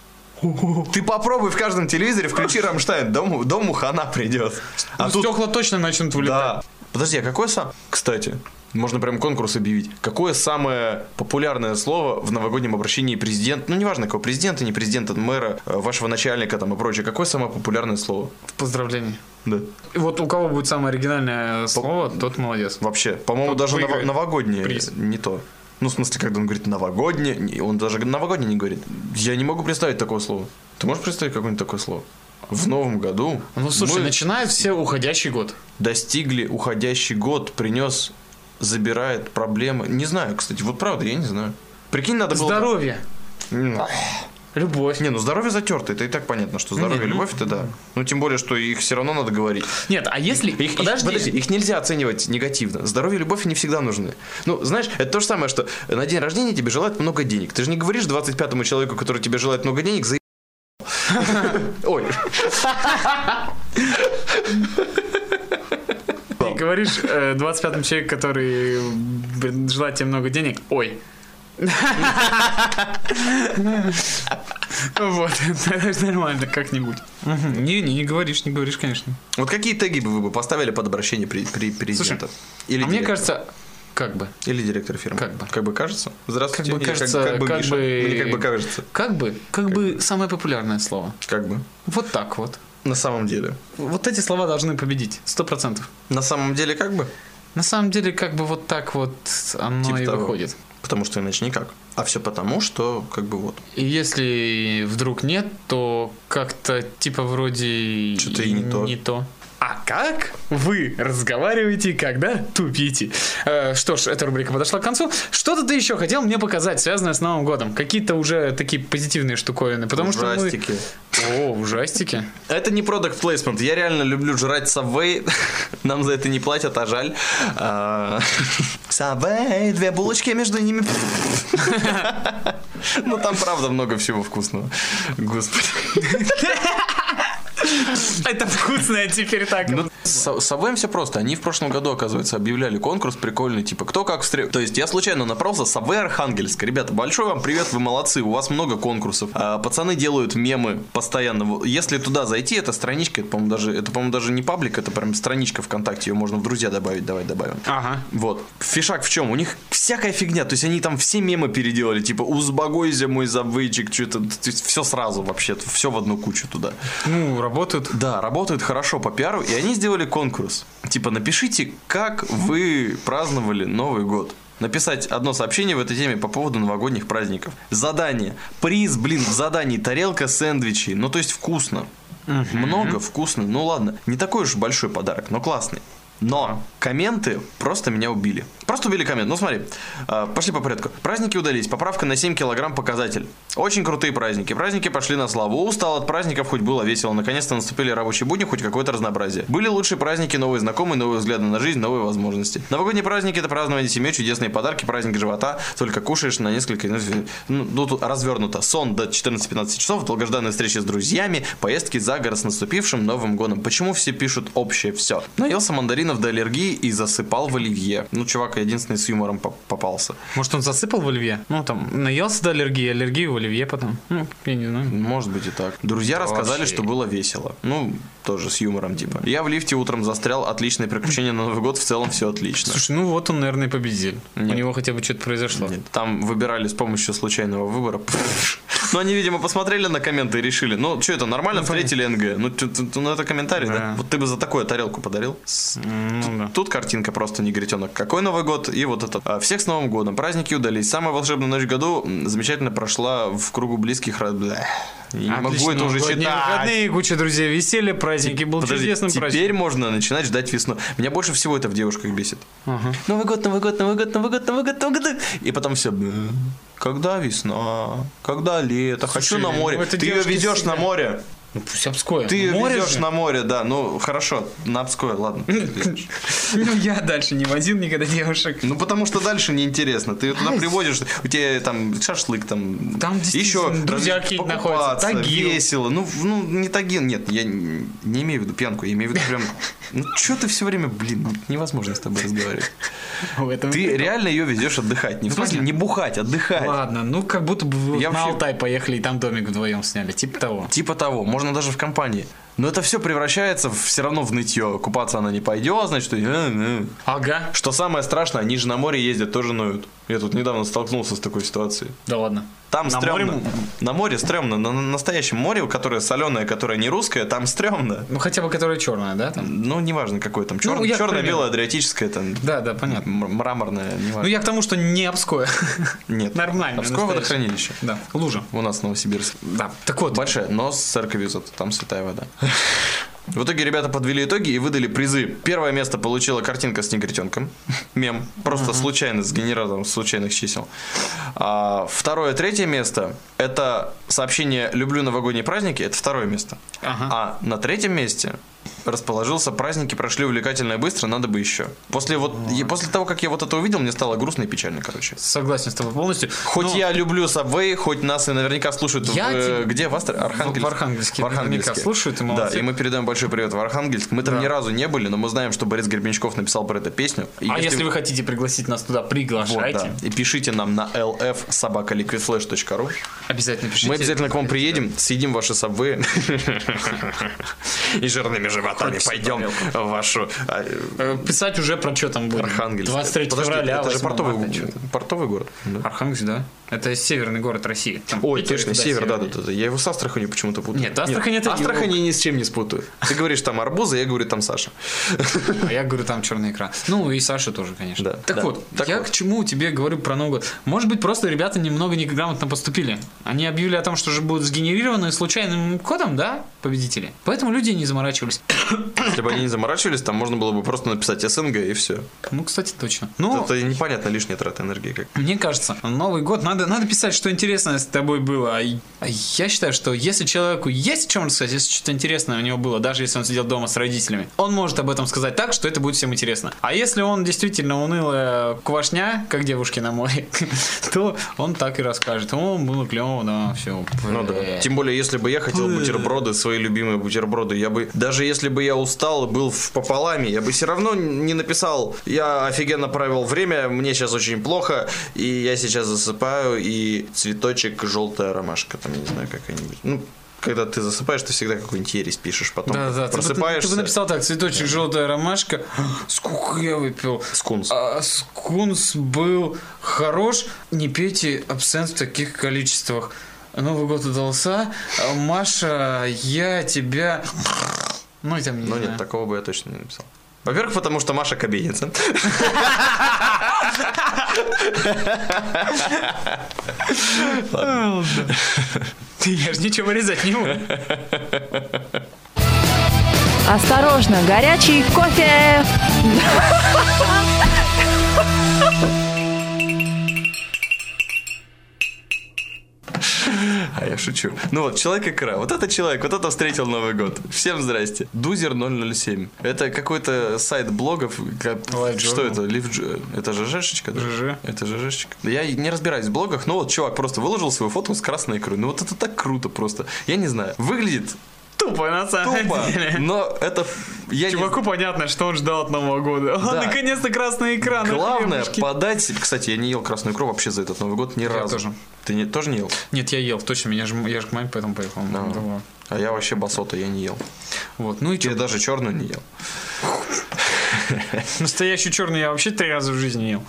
Speaker 6: Ты попробуй в каждом телевизоре включи Рамштайн, дому, дому хана придет. А
Speaker 5: Ну,
Speaker 6: тут-
Speaker 5: Стекла точно начнут вылетать.
Speaker 6: да. Подожди, а какое сам... Кстати, можно прям конкурс объявить. Какое самое популярное слово в новогоднем обращении президент, ну неважно, какого президента, не президента, мэра, э, вашего начальника там и прочее, какое самое популярное слово?
Speaker 5: Поздравления.
Speaker 6: Да.
Speaker 5: И Вот у кого будет самое оригинальное слово, тот молодец.
Speaker 6: Вообще, по-моему,
Speaker 5: Тот
Speaker 6: даже ново-
Speaker 5: выиграет
Speaker 6: новогоднее
Speaker 5: приз.
Speaker 6: не то. Ну, в смысле, когда он говорит новогоднее, не- он даже новогоднее не говорит. Я не могу представить такое слово. Ты можешь представить какое-нибудь такое слово? В новом году
Speaker 5: Ну, слушай,
Speaker 6: мы
Speaker 5: начинают все уходящий год.
Speaker 6: достигли уходящий год, принес, забирает проблемы. Не знаю, кстати, вот правда, я не знаю. Прикинь, надо было...
Speaker 5: Здоровье,
Speaker 6: М.
Speaker 5: любовь.
Speaker 6: Не, ну здоровье затерто, это и так понятно, что здоровье и любовь это да. Ну, тем более, что их все равно надо говорить.
Speaker 5: Нет, а если...
Speaker 6: Их, их-
Speaker 5: подожди.
Speaker 6: подожди, их нельзя оценивать негативно. Здоровье и любовь не всегда нужны. Ну, знаешь, это то же самое, что на день рождения тебе желают много денег. Ты же не говоришь 25-му человеку, который тебе желает много денег, за... Ой,
Speaker 5: Ты говоришь э, 25-м человеку, который блин, желает тебе много денег, ой. Вот, это ж нормально как-нибудь. Мгм. Не, не, не говоришь, не говоришь, конечно.
Speaker 6: вот какие теги бы вы бы поставили под обращение при, при президента? Или
Speaker 5: А мне
Speaker 6: директора?
Speaker 5: кажется, как бы,
Speaker 6: Или директор фирмы.
Speaker 5: Как бы.
Speaker 6: Как бы кажется?
Speaker 5: как
Speaker 6: Здравствуйте.
Speaker 5: бы
Speaker 6: Или
Speaker 5: кажется,
Speaker 6: как, бы
Speaker 5: как
Speaker 6: Миша? Или как бы
Speaker 5: бы...
Speaker 6: кажется.
Speaker 5: Как бы, как бы самое популярное слово.
Speaker 6: Как бы.
Speaker 5: Вот так вот.
Speaker 6: На самом деле.
Speaker 5: Вот эти слова должны победить, сто процентов.
Speaker 6: На самом деле как бы.
Speaker 5: На самом деле, как бы вот так вот оно
Speaker 6: Типа
Speaker 5: и
Speaker 6: того.
Speaker 5: выходит.
Speaker 6: Потому что иначе никак. А все потому, что как бы вот.
Speaker 5: И если вдруг нет, то как-то типа вроде...
Speaker 6: Чё-то и не то.
Speaker 5: А как вы разговариваете, когда тупите? Э, что ж, эта рубрика подошла к концу. Что-то ты еще хотел мне показать, связанное с Новым годом. Какие-то уже такие позитивные штуковины. Потому
Speaker 6: Ужастики.
Speaker 5: что мы... О, ужастики.
Speaker 6: Это не продукт плейсмент. Я реально люблю жрать Subway. Нам за это не платят, а жаль. А, Subway, две булочки а между ними. Ну там правда много всего вкусного. Господи.
Speaker 5: Это вкусное теперь так.
Speaker 6: Ну, с с Subway все просто. Они в прошлом году, оказывается, объявляли конкурс прикольный, типа, кто как встретил. То есть я случайно напрался Subway Архангельск. Ребята, большой вам привет, вы молодцы, у вас много конкурсов. А, пацаны делают мемы постоянно. Вот Если туда зайти, это страничка, это, по-моему, даже, это, по-моему, даже не паблик, это прям страничка ВКонтакте, ее можно в друзья добавить, давай добавим.
Speaker 7: А.
Speaker 5: Ага.
Speaker 6: Вот. Фишак в чем? У них всякая фигня. То есть они там все мемы переделали. Типа «Узбагойзе мой забычек», что-то. То есть все сразу вообще. Все в одну кучу туда.
Speaker 5: Ну, работают.
Speaker 6: Да, работают хорошо по пиару, и они сделали конкурс. Типа, напишите, как вы праздновали Новый год. Написать одно сообщение в этой теме по поводу новогодних праздников. Задание. Приз, блин, в задании тарелка сэндвичей. Ну, то есть вкусно. Много вкусно. Ну, ладно. Не такой уж большой подарок, но классный. Но Комменты просто меня убили. Просто убили коммент. Ну смотри, э, пошли по порядку. Праздники удались. Поправка на 7 килограмм показатель. Очень крутые праздники. Праздники пошли на славу. Устал от праздников, хоть было весело. Наконец-то наступили рабочие будни, хоть какое-то разнообразие. Были лучшие праздники, новые знакомые, новые взгляды на жизнь, новые возможности. Новогодние праздники это празднование семьи, чудесные подарки, праздник живота. Только кушаешь на несколько ну, ну, ну, тут развернуто. Сон до 14-15 часов, долгожданные встречи с друзьями, поездки за город с наступившим Новым годом. Почему все пишут общее все? Наелся мандаринов до аллергии и засыпал в оливье. Ну, чувак, единственный с юмором поп- попался.
Speaker 7: Может, он засыпал в оливье? Ну, там, наелся до аллергии, аллергию в оливье потом. Ну, я не знаю.
Speaker 6: Может быть и так. Друзья рассказали, что было весело. Ну, тоже с юмором, типа. Я в лифте утром застрял, отличные приключения на Новый год, в целом все отлично.
Speaker 7: Слушай, ну вот он, наверное, и победитель. У него хотя бы что-то произошло.
Speaker 6: Нет, Там выбирали с помощью случайного выбора. Но они, видимо, посмотрели на комменты и решили, ну, что это, нормально встретили НГ? Ну, чё ты- ну, это комментарий, да?
Speaker 7: Да.
Speaker 6: Вот ты бы за такое тарелку подарил? С-
Speaker 7: Ну, да.
Speaker 6: Тут картинка просто негритенок. Какой Новый год? И вот это. А, Всех с Новым годом. Праздники удались. Самая волшебная ночь в году м, замечательно прошла в кругу близких. род- Бля. Я Не могу
Speaker 7: Отлично,
Speaker 6: это уже
Speaker 7: новогодние
Speaker 6: читать.
Speaker 7: выходные, куча друзей висели, праздники был
Speaker 6: Подожди,
Speaker 7: чудесным
Speaker 6: теперь
Speaker 7: праздником.
Speaker 6: можно начинать ждать весну. Меня больше всего это в девушках бесит.
Speaker 7: Ага.
Speaker 6: Новый год, Новый год, Новый год, Новый год, Новый год, Новый год. И потом все. Когда весна? Когда лето? Хочу
Speaker 7: Слушай,
Speaker 6: на море.
Speaker 7: ну это
Speaker 6: Ты ее
Speaker 7: девушки
Speaker 6: ведешь
Speaker 7: всегда.
Speaker 6: на море.
Speaker 7: Ну, пусть обское.
Speaker 6: Ты ее
Speaker 7: Море
Speaker 6: ведешь
Speaker 7: же.
Speaker 6: на море, да. Ну, хорошо, на Обское, ладно.
Speaker 7: Ну, я дальше не возил никогда девушек.
Speaker 6: Ну, потому что дальше неинтересно. Ты ее туда
Speaker 7: Ай.
Speaker 6: приводишь, у тебя там шашлык там.
Speaker 7: Там действительно
Speaker 6: еще
Speaker 7: друзья
Speaker 6: раз-
Speaker 7: какие-то
Speaker 6: покупаться,
Speaker 7: находятся, Тагил.
Speaker 6: Весело. Ну, в- ну, не тагин, нет, я не не имею в виду пьянку, я имею в виду прям... Ну, что ты все время, блин, ну, невозможно с тобой разговаривать.
Speaker 7: В этом
Speaker 6: Ты реально ее везешь отдыхать. Не в смысле не бухать, отдыхать.
Speaker 7: Ну, Ладно, ну как будто бы вы
Speaker 6: Я
Speaker 7: на
Speaker 6: вообще-
Speaker 7: Алтай поехали и там домик вдвоем сняли, типа того.
Speaker 6: Типа того, можно даже в компании. Но это все превращается все равно в нытье. Купаться она не пойдет, значит, и- э, э.
Speaker 7: Ага.
Speaker 6: что самое страшное, они же на море ездят, тоже ноют. Я тут недавно столкнулся с такой ситуацией.
Speaker 7: Да ладно.
Speaker 6: Там
Speaker 7: На
Speaker 6: стрёмно.
Speaker 7: море-
Speaker 6: На море стрёмно. На на настоящем море, которое соленое, которое не русское, там стрёмно.
Speaker 7: Ну хотя бы которая черная, да? Там?
Speaker 6: Ну, неважно, какое там. Чер...
Speaker 7: Ну, я к
Speaker 6: черное,
Speaker 7: примеру.
Speaker 6: белое, адриатическое, там,
Speaker 7: Да, да, понятно.
Speaker 6: м- мраморное, неважно.
Speaker 7: Ну я к тому, что не обское.
Speaker 6: Нет.
Speaker 7: Ну, Нормально.
Speaker 6: Обское
Speaker 7: настоящее.
Speaker 6: водохранилище.
Speaker 7: Да, лужа.
Speaker 6: У нас в Новосибирске.
Speaker 7: Да, так вот.
Speaker 6: Большая, но с церковью зато, там святая вода. В итоге ребята подвели итоги и выдали призы. Первое место получила картинка с негритенком. Мем. Просто случайно, с генератором случайных чисел. А, второе, третье место – это сообщение «Люблю новогодние праздники». Это второе место.
Speaker 7: Ага.
Speaker 6: А на третьем месте расположился «Праздники прошли увлекательно и быстро, надо бы еще». После, вот, и после того, как я вот это увидел, мне стало грустно и печально, короче.
Speaker 7: Согласен с тобой полностью.
Speaker 6: Хоть
Speaker 7: Но-
Speaker 6: я люблю Subway, хоть нас и наверняка слушают
Speaker 7: Ну. Я
Speaker 6: в, э,
Speaker 7: тебе-
Speaker 6: где в Астр... Архангельске.
Speaker 7: В Архангельске
Speaker 6: В Архангельске.
Speaker 7: наверняка слушают, и молодцы.
Speaker 6: Да, и мы передаем большой привет в Архангельск. Мы там
Speaker 7: Да.
Speaker 6: ни разу не были, но мы знаем, что Борис Гребенщиков написал про это песню. И
Speaker 7: А если вы хотите пригласить нас туда,
Speaker 6: Вот, да.
Speaker 7: приглашайте.
Speaker 6: И пишите нам на lfsobakaliquidflash.ru.
Speaker 7: Обязательно пишите.
Speaker 6: Мы обязательно к вам приедем, съедим ваши сабвы и жирными животами пойдем в вашу а, э,
Speaker 7: Э, Писать уже про что там будет.
Speaker 6: Архангельск.
Speaker 7: 23
Speaker 6: Подожди,
Speaker 7: февраля.
Speaker 6: Это же
Speaker 7: 8
Speaker 6: портовый,
Speaker 7: марта, чё-то.
Speaker 6: портовый город. да?
Speaker 7: Архангельск, да. Это северный город России. Там
Speaker 6: Ой,
Speaker 7: Питер,
Speaker 6: точно,
Speaker 7: туда,
Speaker 6: север, да, да, да, да. Я его с Астраханью почему-то путаю.
Speaker 7: Нет, Астрахань это
Speaker 6: Астрахань
Speaker 7: юг.
Speaker 6: я ни с чем не спутаю. Ты говоришь там арбуза, я говорю там Саша.
Speaker 7: А я говорю, там черный экран. Ну, и Саша тоже, конечно.
Speaker 6: Да,
Speaker 7: так
Speaker 6: да.
Speaker 7: вот,
Speaker 6: Так
Speaker 7: я
Speaker 6: вот.
Speaker 7: к чему тебе говорю про Новый год. Может быть, просто ребята немного неграмотно поступили. Они объявили о том, что же будут сгенерированы случайным кодом, да, победители. Поэтому люди не заморачивались.
Speaker 6: Если бы они не заморачивались, там можно было бы просто написать СНГ и все.
Speaker 7: Ну, кстати, точно. Ну,
Speaker 6: Это непонятно лишняя трата энергии. Как.
Speaker 7: Мне кажется, Новый год надо, надо писать, что интересное с тобой было. А и- а Я считаю, что если человеку есть о чем рассказать, если что-то интересное у него было, даже если он сидел дома с родителями, он может об этом сказать так, что это будет всем интересно. А если он действительно унылая квашня, как девушки на море, то он так и расскажет. О, было клево, да, все.
Speaker 6: Ну
Speaker 7: Э,
Speaker 6: да. Тем более, если бы я хотел бутерброды, свои любимые бутерброды, я бы, даже если бы я устал и был в пополаме, я бы все равно не написал, я офигенно провел время, мне сейчас очень плохо, и я сейчас засыпаю, и цветочек, желтая ромашка, там, я не знаю, какая-нибудь. Ну, когда ты засыпаешь, ты всегда какую-нибудь ересь пишешь, потом
Speaker 7: Да, да, ты бы-
Speaker 6: просыпаешься.
Speaker 7: Ты, бы написал так, цветочек, желтая ромашка. Сколько я выпил.
Speaker 6: Скунс.
Speaker 7: А, скунс был хорош. Не пейте абсент в таких количествах. Новый год удался. А, Маша, я тебя... Ну, и там не
Speaker 6: Ну
Speaker 7: знаю.
Speaker 6: нет, такого бы я точно не написал. Во-первых, потому что Маша кабинница.
Speaker 7: Я же ничего вырезать не могу.
Speaker 3: Осторожно, горячий кофе!
Speaker 6: А я шучу. Ну вот, Человек-икра. Вот это человек, вот это встретил Новый год. Всем здрасте. Дузер 007. Это какой-то сайт блогов. как-
Speaker 7: Live
Speaker 6: Что
Speaker 7: Journal.
Speaker 6: это? Лив... Дж- Это ЖЖшечка? да?
Speaker 7: ЖЖ.
Speaker 6: Это ЖЖшечка. Да Я не разбираюсь в блогах, но вот чувак просто выложил свою фотку с красной икрой. Ну вот это так круто просто. Я не знаю. Выглядит
Speaker 7: Тупо, на самом
Speaker 6: тупо,
Speaker 7: деле.
Speaker 6: но это... Я не-
Speaker 7: Чуваку понятно, что он ждал от Нового года. А,
Speaker 6: Да.
Speaker 7: Наконец-то красный экран.
Speaker 6: Главное
Speaker 7: хлебушки.
Speaker 6: подать... Кстати, я не ел красную икру вообще за этот Новый год ни разу.
Speaker 7: тоже.
Speaker 6: Ты не, тоже не ел?
Speaker 7: Нет, я ел, точно, меня же, я же к маме поэтому поехал.
Speaker 6: Да.
Speaker 7: Думаю,
Speaker 6: А я вообще басота, я не ел.
Speaker 7: Вот, ну и
Speaker 6: Я
Speaker 7: чё?
Speaker 6: даже черную не ел.
Speaker 7: Настоящую черную я вообще три раза в жизни ел.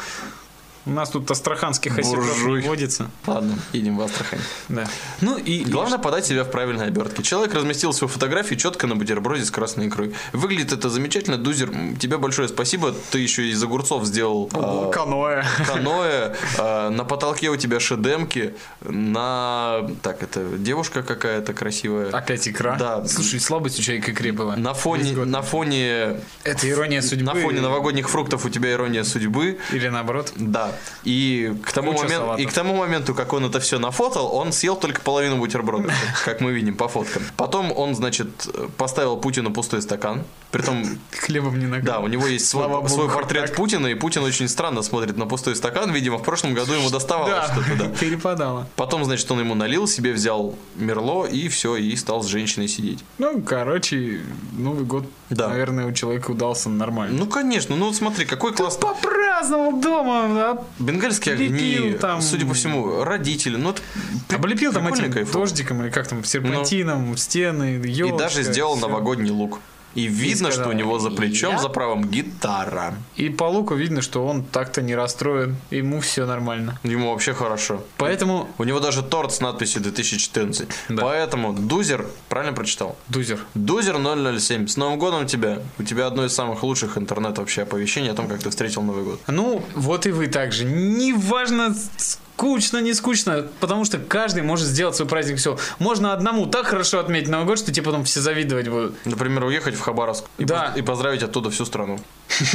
Speaker 7: У нас тут астраханских осетров
Speaker 6: Буржуй.
Speaker 7: не водится.
Speaker 6: Ладно, едем в Астрахань.
Speaker 7: Да. Ну и...
Speaker 6: Главное подать себя в правильной обертке. Человек разместил свою фотографию четко на бутерброде с красной икрой. Выглядит это замечательно. Дузер, м, тебе большое спасибо. Ты еще из огурцов сделал
Speaker 7: О,
Speaker 6: а,
Speaker 7: каноэ.
Speaker 6: каноэ. а, На потолке у тебя шедемки. На... Так, это девушка какая-то красивая.
Speaker 7: Опять икра.
Speaker 6: Да.
Speaker 7: Слушай, слабость у человека к икре была.
Speaker 6: На фоне,
Speaker 7: Весь год.
Speaker 6: на фоне,
Speaker 7: Это ирония судьбы.
Speaker 6: на фоне новогодних фруктов у тебя ирония судьбы.
Speaker 7: Или наоборот.
Speaker 6: Да. И к, тому
Speaker 7: Куча
Speaker 6: моменту,
Speaker 7: салатов.
Speaker 6: и к тому моменту, как он это все нафотал, он съел только половину бутерброда, как мы видим по фоткам. Потом он, значит, поставил Путину пустой стакан. Притом,
Speaker 7: Хлебом не нагрел.
Speaker 6: да, у него есть свой,
Speaker 7: Слава богу,
Speaker 6: свой
Speaker 7: хоть
Speaker 6: портрет
Speaker 7: так.
Speaker 6: Путина, и Путин очень странно смотрит на пустой стакан. Видимо, в прошлом году ему доставалось
Speaker 7: Да,
Speaker 6: что-то, да.
Speaker 7: перепадало.
Speaker 6: Потом, значит, он ему налил, себе взял мерло и все, и стал с женщиной сидеть.
Speaker 7: Ну, короче, Новый год,
Speaker 6: Да.
Speaker 7: наверное, у человека удался нормально.
Speaker 6: Ну, конечно, ну вот смотри, какой классный...
Speaker 7: попраздновал дома, да?
Speaker 6: Бенгальские огни,
Speaker 7: Лепил там.
Speaker 6: судя по всему, родители. Ну, это при-
Speaker 7: облепил там
Speaker 6: прикольно
Speaker 7: этим
Speaker 6: кайфово.
Speaker 7: дождиком или как там, серпантином, стены, елочка,
Speaker 6: и даже сделал
Speaker 7: всё.
Speaker 6: новогодний лук. И видно, что
Speaker 7: сказал,
Speaker 6: у него за плечом,
Speaker 7: «Я?»
Speaker 6: за правым гитара.
Speaker 7: И по луку видно, что он так-то не расстроен, ему все нормально.
Speaker 6: Ему вообще хорошо.
Speaker 7: Поэтому
Speaker 6: У него даже торт с надписью 2014.
Speaker 7: Да.
Speaker 6: Поэтому Дузер, правильно прочитал?
Speaker 7: Дузер.
Speaker 6: Дузер 007. С Новым годом тебя. У тебя одно из самых лучших интернет вообще оповещений о том, как ты встретил Новый год.
Speaker 7: Ну, вот и вы также. Неважно, скучно, не скучно, потому что каждый может сделать свой праздник все. Можно одному так хорошо отметить Новый год, что тебе потом все завидовать будут.
Speaker 6: Например, уехать в Хабаровск и,
Speaker 7: Да.
Speaker 6: поз- и поздравить оттуда всю страну.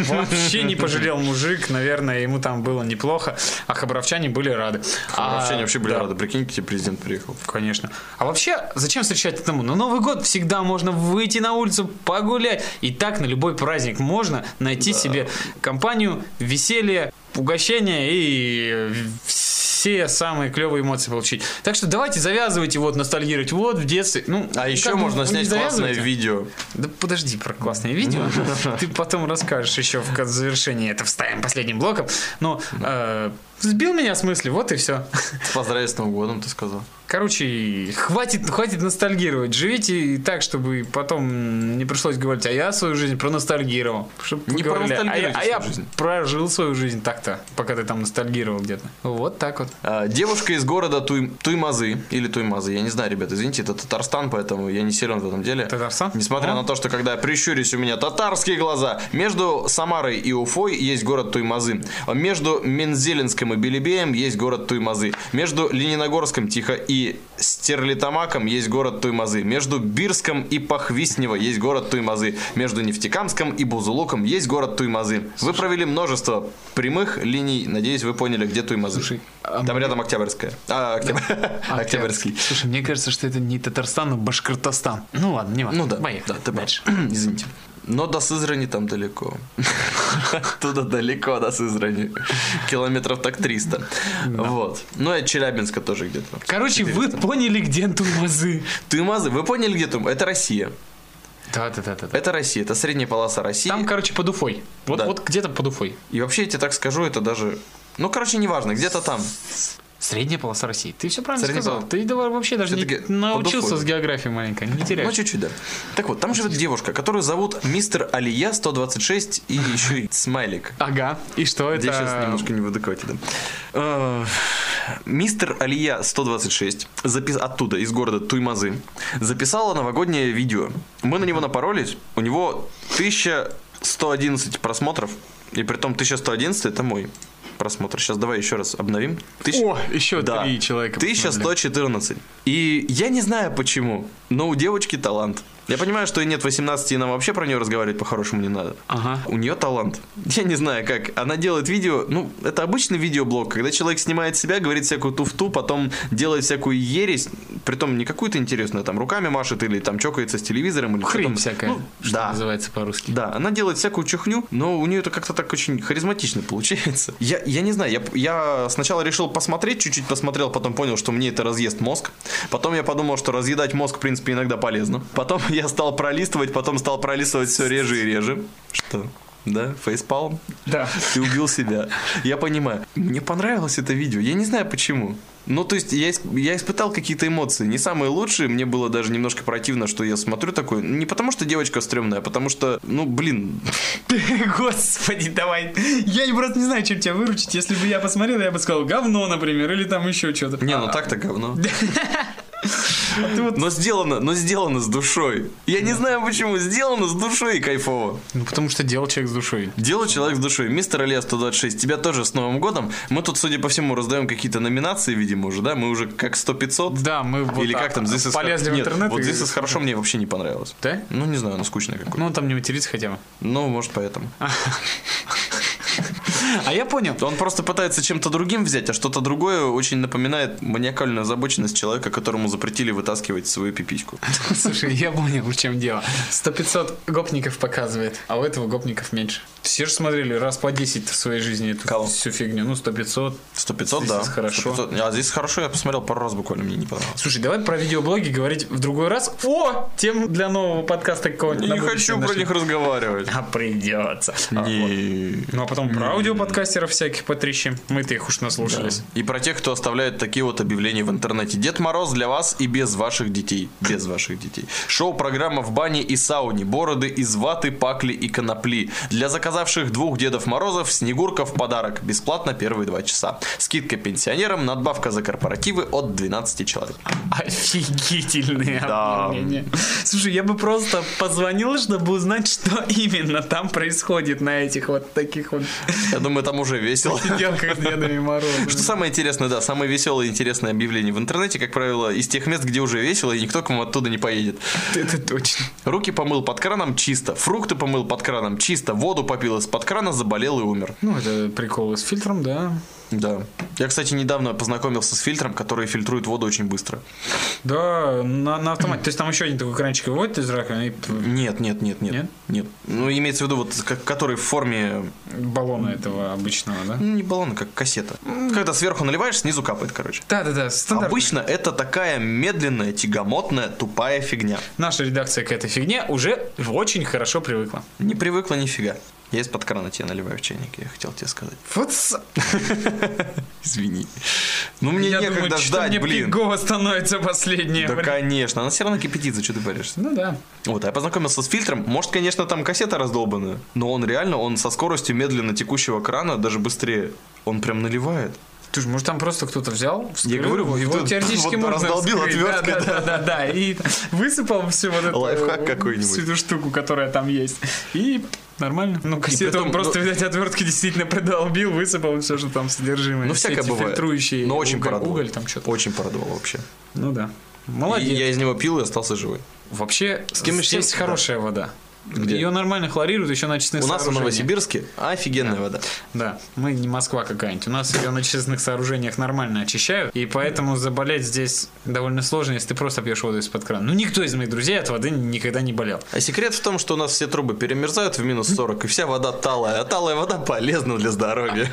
Speaker 7: Вообще не пожалел мужик, наверное, ему там было неплохо, а хабаровчане были рады. А,
Speaker 6: Вообще они вообще были
Speaker 7: да,
Speaker 6: рады. Прикинь, к тебе президент приехал.
Speaker 7: Конечно. А вообще, зачем встречать одному? На Новый год всегда можно выйти на улицу, погулять. И так на любой праздник можно найти себе компанию, веселье, угощение и э, все самые клевые эмоции получить. Так что давайте завязывайте вот ностальгировать. Вот в детстве. Ну,
Speaker 6: А еще
Speaker 7: как бы
Speaker 6: можно
Speaker 7: не
Speaker 6: снять классное
Speaker 7: завязывайте.
Speaker 6: видео.
Speaker 7: Да подожди про классное видео. Ты потом расскажешь еще в кон- завершении. Это вставим последним блоком. Но э, сбил меня с мысли, вот и все.
Speaker 6: Поздравить с Новым годом, ты сказал.
Speaker 7: Короче, хватит, хватит ностальгировать. Живите так, чтобы потом не пришлось говорить, а я свою жизнь проностальгировал. Чтоб вы
Speaker 6: Не
Speaker 7: говорили, а я, а
Speaker 6: проностальгируйте
Speaker 7: я
Speaker 6: свою жизнь.
Speaker 7: прожил свою жизнь так-то, пока ты там ностальгировал где-то. Вот так вот.
Speaker 6: А, Девушка из города Туй- Туймазы или Туймазы, я не знаю, ребят, извините, это Татарстан, поэтому я не силен в этом деле.
Speaker 7: Татарстан?
Speaker 6: Несмотря
Speaker 7: А?
Speaker 6: на то, что когда я прищурюсь, у меня татарские глаза. Между Самарой и Уфой есть город Туймазы. А Между Мензелинском и Белебеем есть город Туймазы. Между Лениногорском, Тихо и Стерлитамаком есть город Туймазы. Между Бирском и Пахвиснево есть город Туймазы. Между Нефтекамском и Бузулуком есть город Туймазы. Вы провели множество прямых линий. Надеюсь, вы поняли, где Туймазы.
Speaker 7: Слушай, а
Speaker 6: Там рядом Октябрьская. А, Октябрь- Октябрьский.
Speaker 7: Слушай, мне кажется, что это не Татарстан, а Башкортостан. Ну ладно, не важно.
Speaker 6: Ну да.
Speaker 7: Поехали.
Speaker 6: Да, ты прав.
Speaker 7: дальше.
Speaker 6: Извините. Но до Сызрани там далеко. Оттуда далеко до Сызрани. Километров так 300. Вот. Ну и от Челябинска тоже где-то.
Speaker 7: Короче, вы поняли, где Тумазы.
Speaker 6: Туймазы, вы поняли, где Туймазы? Это Россия.
Speaker 7: Да-да-да.
Speaker 6: Это Россия, это средняя полоса России.
Speaker 7: Там, короче, под Уфой. Вот,
Speaker 6: Э, Да.
Speaker 7: вот где-то под Уфой.
Speaker 6: И вообще, я тебе так скажу, это даже... Ну, короче, неважно, где-то там.
Speaker 7: Средняя полоса России. Ты все правильно
Speaker 6: Средняя
Speaker 7: сказал.
Speaker 6: полоса.
Speaker 7: Ты давай вообще даже не
Speaker 6: Всё-таки
Speaker 7: научился
Speaker 6: подуходит.
Speaker 7: с географией маленько. Не теряй.
Speaker 6: Ну, чуть-чуть, да. Так вот, там живет девушка, которую зовут мистер Алия 126 и еще и смайлик.
Speaker 7: Ага. И что это?
Speaker 6: Я сейчас немножко не в адеквате, да. Э, Мистер Алия 126 запис... оттуда, из города Туймазы, записала новогоднее видео. Мы на него напоролись. У него 1111 просмотров. И при том 1111 это мой просмотр. Сейчас давай еще раз обновим. Тысяч-
Speaker 7: О, еще
Speaker 6: Да.
Speaker 7: три человека. посмотрели.
Speaker 6: 1114. И я не знаю почему, но у девочки талант. Я понимаю, что и нет 18, и нам вообще про нее разговаривать по-хорошему не надо.
Speaker 5: Ага.
Speaker 6: У нее талант. Я не знаю как. Она делает видео, ну, это обычный видеоблог, когда человек снимает себя, говорит всякую туфту, потом делает всякую ересь, притом не какую-то интересную, там, руками машет или там чокается с телевизором. Или что
Speaker 5: Хрень
Speaker 6: там.
Speaker 5: всякая,
Speaker 6: Ну,
Speaker 5: что
Speaker 6: да.
Speaker 5: называется по-русски.
Speaker 6: Да, она делает всякую чухню, но у нее это как-то так очень харизматично получается. Я, я не знаю, я, я сначала решил посмотреть, чуть-чуть посмотрел, потом понял, что мне это разъест мозг. Потом я подумал, что разъедать мозг, в принципе, иногда полезно. Потом я стал пролистывать, потом стал пролистывать все реже и реже. Что? Да, фейспалм.
Speaker 5: Да.
Speaker 6: Ты убил себя. Я понимаю. Мне понравилось это видео. Я не знаю почему. Ну, то есть, я, исп- я испытал какие-то эмоции. Не самые лучшие. Мне было даже немножко противно, что я смотрю такое. Не потому, что девочка стрёмная, а потому что, ну, блин.
Speaker 5: Господи, давай. Я не- просто не знаю, чем тебя выручить. Если бы я посмотрел, я бы сказал говно, например, или там еще что-то.
Speaker 6: Не, ну так-то говно.
Speaker 5: А ты а. вот-
Speaker 6: Но сделано, но сделано с душой. Я не знаю почему. Сделано с душой и кайфово.
Speaker 5: Ну, потому что делал человек с душой.
Speaker 6: Дело человек с душой. Мистер Илья 126, тебя тоже с Новым годом. Мы тут, судя по всему, раздаем какие-то номинации, видимо, уже, да? Мы уже как 100-500.
Speaker 5: Да, мы вот
Speaker 6: Или как там, здесь
Speaker 5: полезли в интернет.
Speaker 6: вот
Speaker 5: и-
Speaker 6: здесь хорошо мне вообще не понравилось.
Speaker 5: Да?
Speaker 6: Ну, не знаю, она скучная какой-то.
Speaker 5: Ну, он там не матерится хотя бы.
Speaker 6: Ну, может, поэтому.
Speaker 5: А я понял.
Speaker 6: Он просто пытается чем-то другим взять, а что-то другое очень напоминает маниакальную озабоченность человека, которому запретили вытаскивать свою пипичку.
Speaker 5: Слушай, я понял, в чем дело. 100-500 гопников показывает, а у этого гопников меньше. Все же смотрели раз по 10 в своей жизни эту
Speaker 6: Кого?
Speaker 5: всю фигню. Ну, 100-500.
Speaker 6: Сто 500,
Speaker 5: Здесь
Speaker 6: да.
Speaker 5: хорошо.
Speaker 6: 100-500. А здесь хорошо, я посмотрел пару раз буквально, мне не понравилось.
Speaker 5: Слушай, давай про видеоблоги говорить в другой раз. О, тему для нового подкаста какого-нибудь.
Speaker 6: Не
Speaker 5: на будущее
Speaker 6: хочу про
Speaker 5: нашли.
Speaker 6: них разговаривать.
Speaker 5: А придется. А, вот.
Speaker 6: Не.
Speaker 5: Ну а потом про аудиоподкастеров всяких потрещим. Мы-то их уж наслушались.
Speaker 6: И про тех, кто оставляет такие вот объявления в интернете. Дед Мороз для вас и без ваших детей. Без ваших детей. Шоу-программа в бане и сауне. Бороды из ваты, пакли и конопли. Для заказавших двух Дедов Морозов Снегурка в подарок. Бесплатно первые два часа. Скидка пенсионерам, надбавка за корпоративы от 12 человек.
Speaker 5: Офигительные
Speaker 6: Да.
Speaker 5: объявления. Слушай, я бы просто позвонил, чтобы узнать, что именно там происходит на этих вот таких вот
Speaker 6: Я думаю, там уже весело.
Speaker 5: сиделках с Дедами Морозами.
Speaker 6: Что самое интересное, да, самые веселые и интересные объявления в интернете, как правило, из тех мест, где уже весело, и никто к вам оттуда не поедет.
Speaker 5: Это точно.
Speaker 6: Руки помыл под краном чисто, фрукты помыл под краном чисто, воду попил из-под крана, заболел и умер.
Speaker 5: Ну, это приколы с фильтром, да.
Speaker 6: Да. Я, кстати, недавно познакомился с фильтром, который фильтрует воду очень быстро.
Speaker 5: Да, на, на автомате. То есть там еще один такой кранчик выводит из раковины и п-
Speaker 6: Нет, нет, нет, нет.
Speaker 5: Нет?
Speaker 6: Нет. Ну, имеется в виду, вот как- который в форме,
Speaker 5: баллона этого обычного, да?
Speaker 6: ну, не баллон, как кассета. Когда сверху наливаешь, снизу капает, короче.
Speaker 5: Да-да-да, стандартный.
Speaker 6: Обычно это такая медленная, тягомотная, тупая фигня.
Speaker 5: Наша редакция к этой фигне уже очень хорошо привыкла.
Speaker 6: Не привыкла нифига. Я из-под крана тебе наливаю в чайник, я хотел тебе сказать.
Speaker 5: Вот
Speaker 6: Извини. Ну, мне
Speaker 5: я
Speaker 6: некогда
Speaker 5: думаю, что
Speaker 6: ждать,
Speaker 5: мне
Speaker 6: блин.
Speaker 5: пигово становится последнее.
Speaker 6: Да,
Speaker 5: блин.
Speaker 6: конечно, она все равно кипятится, что ты паришься.
Speaker 5: Ну да.
Speaker 6: Вот, а я познакомился с фильтром. Может, конечно, там кассета раздолбанная, но он реально, он со скоростью медленно текущего крана, даже быстрее, он прям наливает.
Speaker 5: Ты же, может, там просто кто-то взял, вскрыл
Speaker 6: говорю,
Speaker 5: его,
Speaker 6: вот
Speaker 5: его
Speaker 6: тут
Speaker 5: теоретически
Speaker 6: вот
Speaker 5: можно
Speaker 6: раздолбил
Speaker 5: вскрыть.
Speaker 6: отверткой,
Speaker 5: да, да, да, да, да, и высыпал всю вот эту,
Speaker 6: Лайфхак какой-нибудь.
Speaker 5: всю эту штуку, которая там есть, и нормально. Ну, кассету
Speaker 6: притом,
Speaker 5: он просто,
Speaker 6: ну-
Speaker 5: видать, отвертки действительно продолбил, высыпал все, что там содержимое.
Speaker 6: Ну,
Speaker 5: Все
Speaker 6: всякое
Speaker 5: эти
Speaker 6: бывает.
Speaker 5: фильтрующие
Speaker 6: Но очень
Speaker 5: уголь,
Speaker 6: порадовал.
Speaker 5: уголь там что-то.
Speaker 6: Очень порадовал вообще.
Speaker 5: Ну да.
Speaker 6: И
Speaker 5: Молодец.
Speaker 6: я из него пил и остался живой.
Speaker 5: Вообще, с
Speaker 6: кем и с тем-
Speaker 5: есть
Speaker 6: да.
Speaker 5: хорошая вода.
Speaker 6: Где?
Speaker 5: Ее нормально хлорируют еще на очистных
Speaker 6: У нас в
Speaker 5: сооружениях.
Speaker 6: Новосибирске офигенная вода.
Speaker 5: Да, мы не Москва какая-нибудь. У нас ее на честных сооружениях нормально очищают, и поэтому заболеть здесь довольно сложно, если ты просто пьешь воду из-под крана. Ну, никто из моих друзей от воды никогда не болел.
Speaker 6: А секрет в том, что у нас все трубы перемерзают в минус 40, и вся вода талая. А талая вода полезна для здоровья.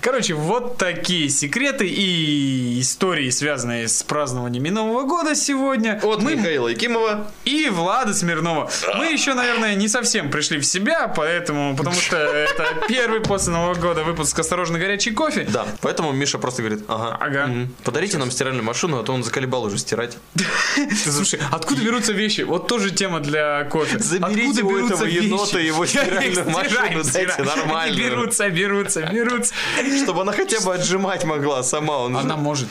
Speaker 5: Короче, вот такие секреты и истории, связанные с празднованием и Нового года сегодня.
Speaker 6: От Михаила Якимова.
Speaker 5: И Влада Смирнова. Мы еще, наверное, не совсем пришли в себя, поэтому, потому что это первый после Нового года выпуск «Осторожно, горячий кофе».
Speaker 6: Да, поэтому Миша просто говорит, ага,
Speaker 5: Ага.
Speaker 6: мгм. подарите нам стиральную машину, а то он заколебал уже стирать.
Speaker 5: Слушай, откуда берутся вещи? Вот тоже тема для кофе.
Speaker 6: Заберите
Speaker 5: откуда
Speaker 6: у
Speaker 5: берутся
Speaker 6: этого
Speaker 5: вещи?
Speaker 6: енота его стиральную
Speaker 5: Стираем,
Speaker 6: машину,
Speaker 5: стираем,
Speaker 6: дайте
Speaker 5: стираем.
Speaker 6: нормальную.
Speaker 5: Они Берутся, берутся, берутся.
Speaker 6: Чтобы она хотя бы отжимать могла сама. Он же-
Speaker 5: Она может.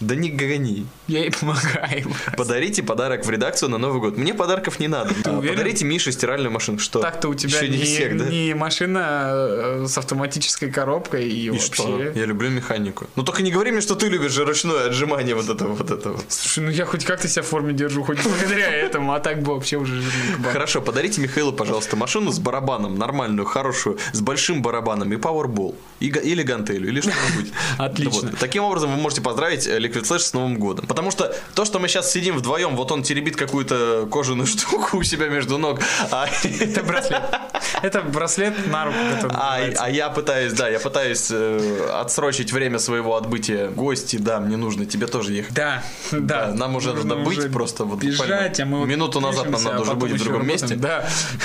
Speaker 6: Да не гони.
Speaker 5: я ей помогаю.
Speaker 6: Подарите подарок в редакцию на Новый год. Мне подарков не надо. А,
Speaker 5: уверен?
Speaker 6: Подарите Мише стиральную машину. Что?
Speaker 5: Так-то у тебя
Speaker 6: Еще
Speaker 5: не,
Speaker 6: не всех, да?
Speaker 5: не машина э, с автоматической коробкой и,
Speaker 6: И
Speaker 5: вообще.
Speaker 6: что? Я люблю механику. Ну только не говори мне, что ты любишь же ручное отжимание вот этого, вот этого.
Speaker 5: Слушай, ну я хоть как-то себя в форме держу, хоть благодаря этому, а так бы вообще уже жирный кабан.
Speaker 6: Хорошо, подарите Михаилу, пожалуйста, машину с барабаном, нормальную, хорошую, с большим барабаном и пауэрбол, и га- или гантелью, или что-нибудь.
Speaker 5: Отлично.
Speaker 6: Вот. Таким образом вы можете поздравить э, Liquid Flash с Новым годом. Потому что то, что мы сейчас сидим вдвоем, вот он теребит какую-то кожаную штуку у себя между ног, а
Speaker 5: Это браслет. Это браслет на руку, который
Speaker 6: А,
Speaker 5: называется.
Speaker 6: а я пытаюсь, да, я пытаюсь э, отсрочить время своего отбытия. Гости, да, мне нужно, тебе тоже ехать.
Speaker 5: Да, да.
Speaker 6: Да, а, нам уже
Speaker 5: Нужно
Speaker 6: надо быть
Speaker 5: уже
Speaker 6: просто вот
Speaker 5: бежать,
Speaker 6: буквально
Speaker 5: а мы вот
Speaker 6: минуту назад нам
Speaker 5: пишемся,
Speaker 6: надо
Speaker 5: а
Speaker 6: уже
Speaker 5: потом
Speaker 6: быть в
Speaker 5: еще
Speaker 6: другом месте.
Speaker 5: работаем.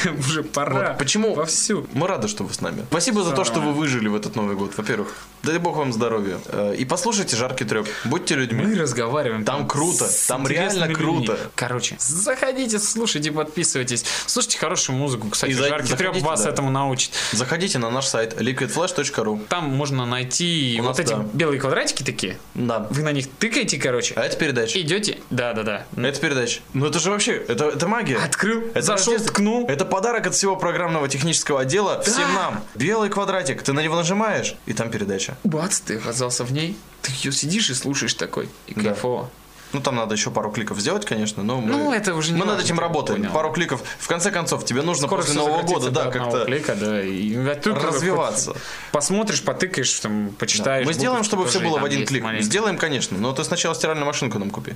Speaker 5: Да, уже пора.
Speaker 6: Вот почему?
Speaker 5: Вовсю.
Speaker 6: Мы рады, что вы с нами. Спасибо за то, что вы выжили в этот Новый год, во-первых. Дай бог вам здоровья. Э, И послушайте жаркий трек. Будьте людьми.
Speaker 5: Мы разговариваем.
Speaker 6: Там круто,
Speaker 5: с
Speaker 6: там
Speaker 5: интересными
Speaker 6: реально круто.
Speaker 5: людьми. Короче, заходите, слушайте, подписывайтесь. Слушайте хорошую музыку. Кстати,
Speaker 6: И за-
Speaker 5: жаркий
Speaker 6: заходите,
Speaker 5: треп вас
Speaker 6: да.
Speaker 5: этому научит.
Speaker 6: Заходите на наш сайт liquidflash.ru.
Speaker 5: Там можно найти
Speaker 6: У
Speaker 5: вот
Speaker 6: нас,
Speaker 5: эти
Speaker 6: да.
Speaker 5: белые квадратики такие.
Speaker 6: Да.
Speaker 5: Вы на них тыкаете, короче.
Speaker 6: А это передача.
Speaker 5: Идете. Да, да, да.
Speaker 6: Это передача. Ну это же вообще, это, это магия.
Speaker 5: Открыл,
Speaker 6: Это
Speaker 5: зашел,
Speaker 6: Рождество.
Speaker 5: ткнул.
Speaker 6: Это подарок от всего программного технического отдела всем нам. Белый квадратик, ты на него нажимаешь, и там передача.
Speaker 5: Бац, ты оказался в ней. Ты ее сидишь и слушаешь такой. И
Speaker 6: Да.
Speaker 5: кайфово.
Speaker 6: Ну там надо еще пару кликов сделать, конечно, но мы,
Speaker 5: Ну, это уже не
Speaker 6: мы над
Speaker 5: важно,
Speaker 6: этим
Speaker 5: ты
Speaker 6: работаем.
Speaker 5: понял.
Speaker 6: Пару кликов. В конце концов, тебе нужно после
Speaker 5: всё
Speaker 6: Нового
Speaker 5: сократится
Speaker 6: года,
Speaker 5: до
Speaker 6: да,
Speaker 5: одного
Speaker 6: как-то.
Speaker 5: клика, да, и а тут
Speaker 6: развиваться.
Speaker 5: хоть Посмотришь, потыкаешь, там,
Speaker 6: Да.
Speaker 5: почитаешь.
Speaker 6: Мы сделаем,
Speaker 5: буковки
Speaker 6: чтобы все
Speaker 5: тоже, и
Speaker 6: было в
Speaker 5: там
Speaker 6: один
Speaker 5: есть
Speaker 6: клик.
Speaker 5: маленькие.
Speaker 6: Сделаем, конечно, но ты сначала стиральную машинку нам купи.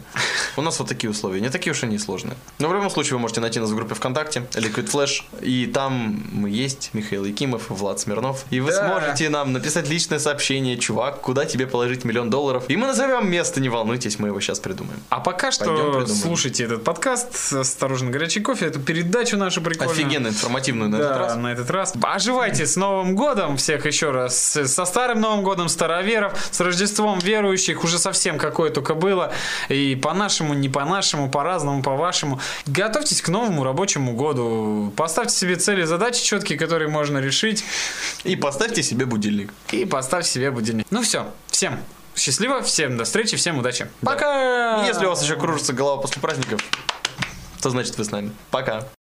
Speaker 6: У нас вот такие условия, не такие уж и несложные. Но в любом случае вы можете найти нас в группе ВКонтакте, Liquid Flash, и там мы есть, Михаил Якимов, Влад Смирнов, и вы
Speaker 5: Да.
Speaker 6: сможете нам написать личное сообщение, чувак, куда тебе положить миллион долларов, и мы назовем место, не волнуйтесь, мы его сейчас придумаем.
Speaker 5: А пока
Speaker 6: Пойдем
Speaker 5: что
Speaker 6: придумаем.
Speaker 5: слушайте этот подкаст «Осторожно, горячий кофе», эту передачу нашу прикольную.
Speaker 6: Офигенно информативную на
Speaker 5: да,
Speaker 6: этот раз.
Speaker 5: на этот раз. Оживайте с Новым годом всех еще раз. с- Со Старым Новым годом староверов, с Рождеством верующих, уже совсем какое только было. И по-нашему, не по-нашему, по-разному, по-вашему. Готовьтесь к новому рабочему году. Поставьте себе цели и задачи четкие, которые можно решить.
Speaker 6: И поставьте себе будильник.
Speaker 5: И поставь себе будильник. Ну все, всем счастливо, всем до встречи, всем удачи. Пока!
Speaker 6: Если у вас еще кружится голова после праздников, то значит вы с нами. Пока.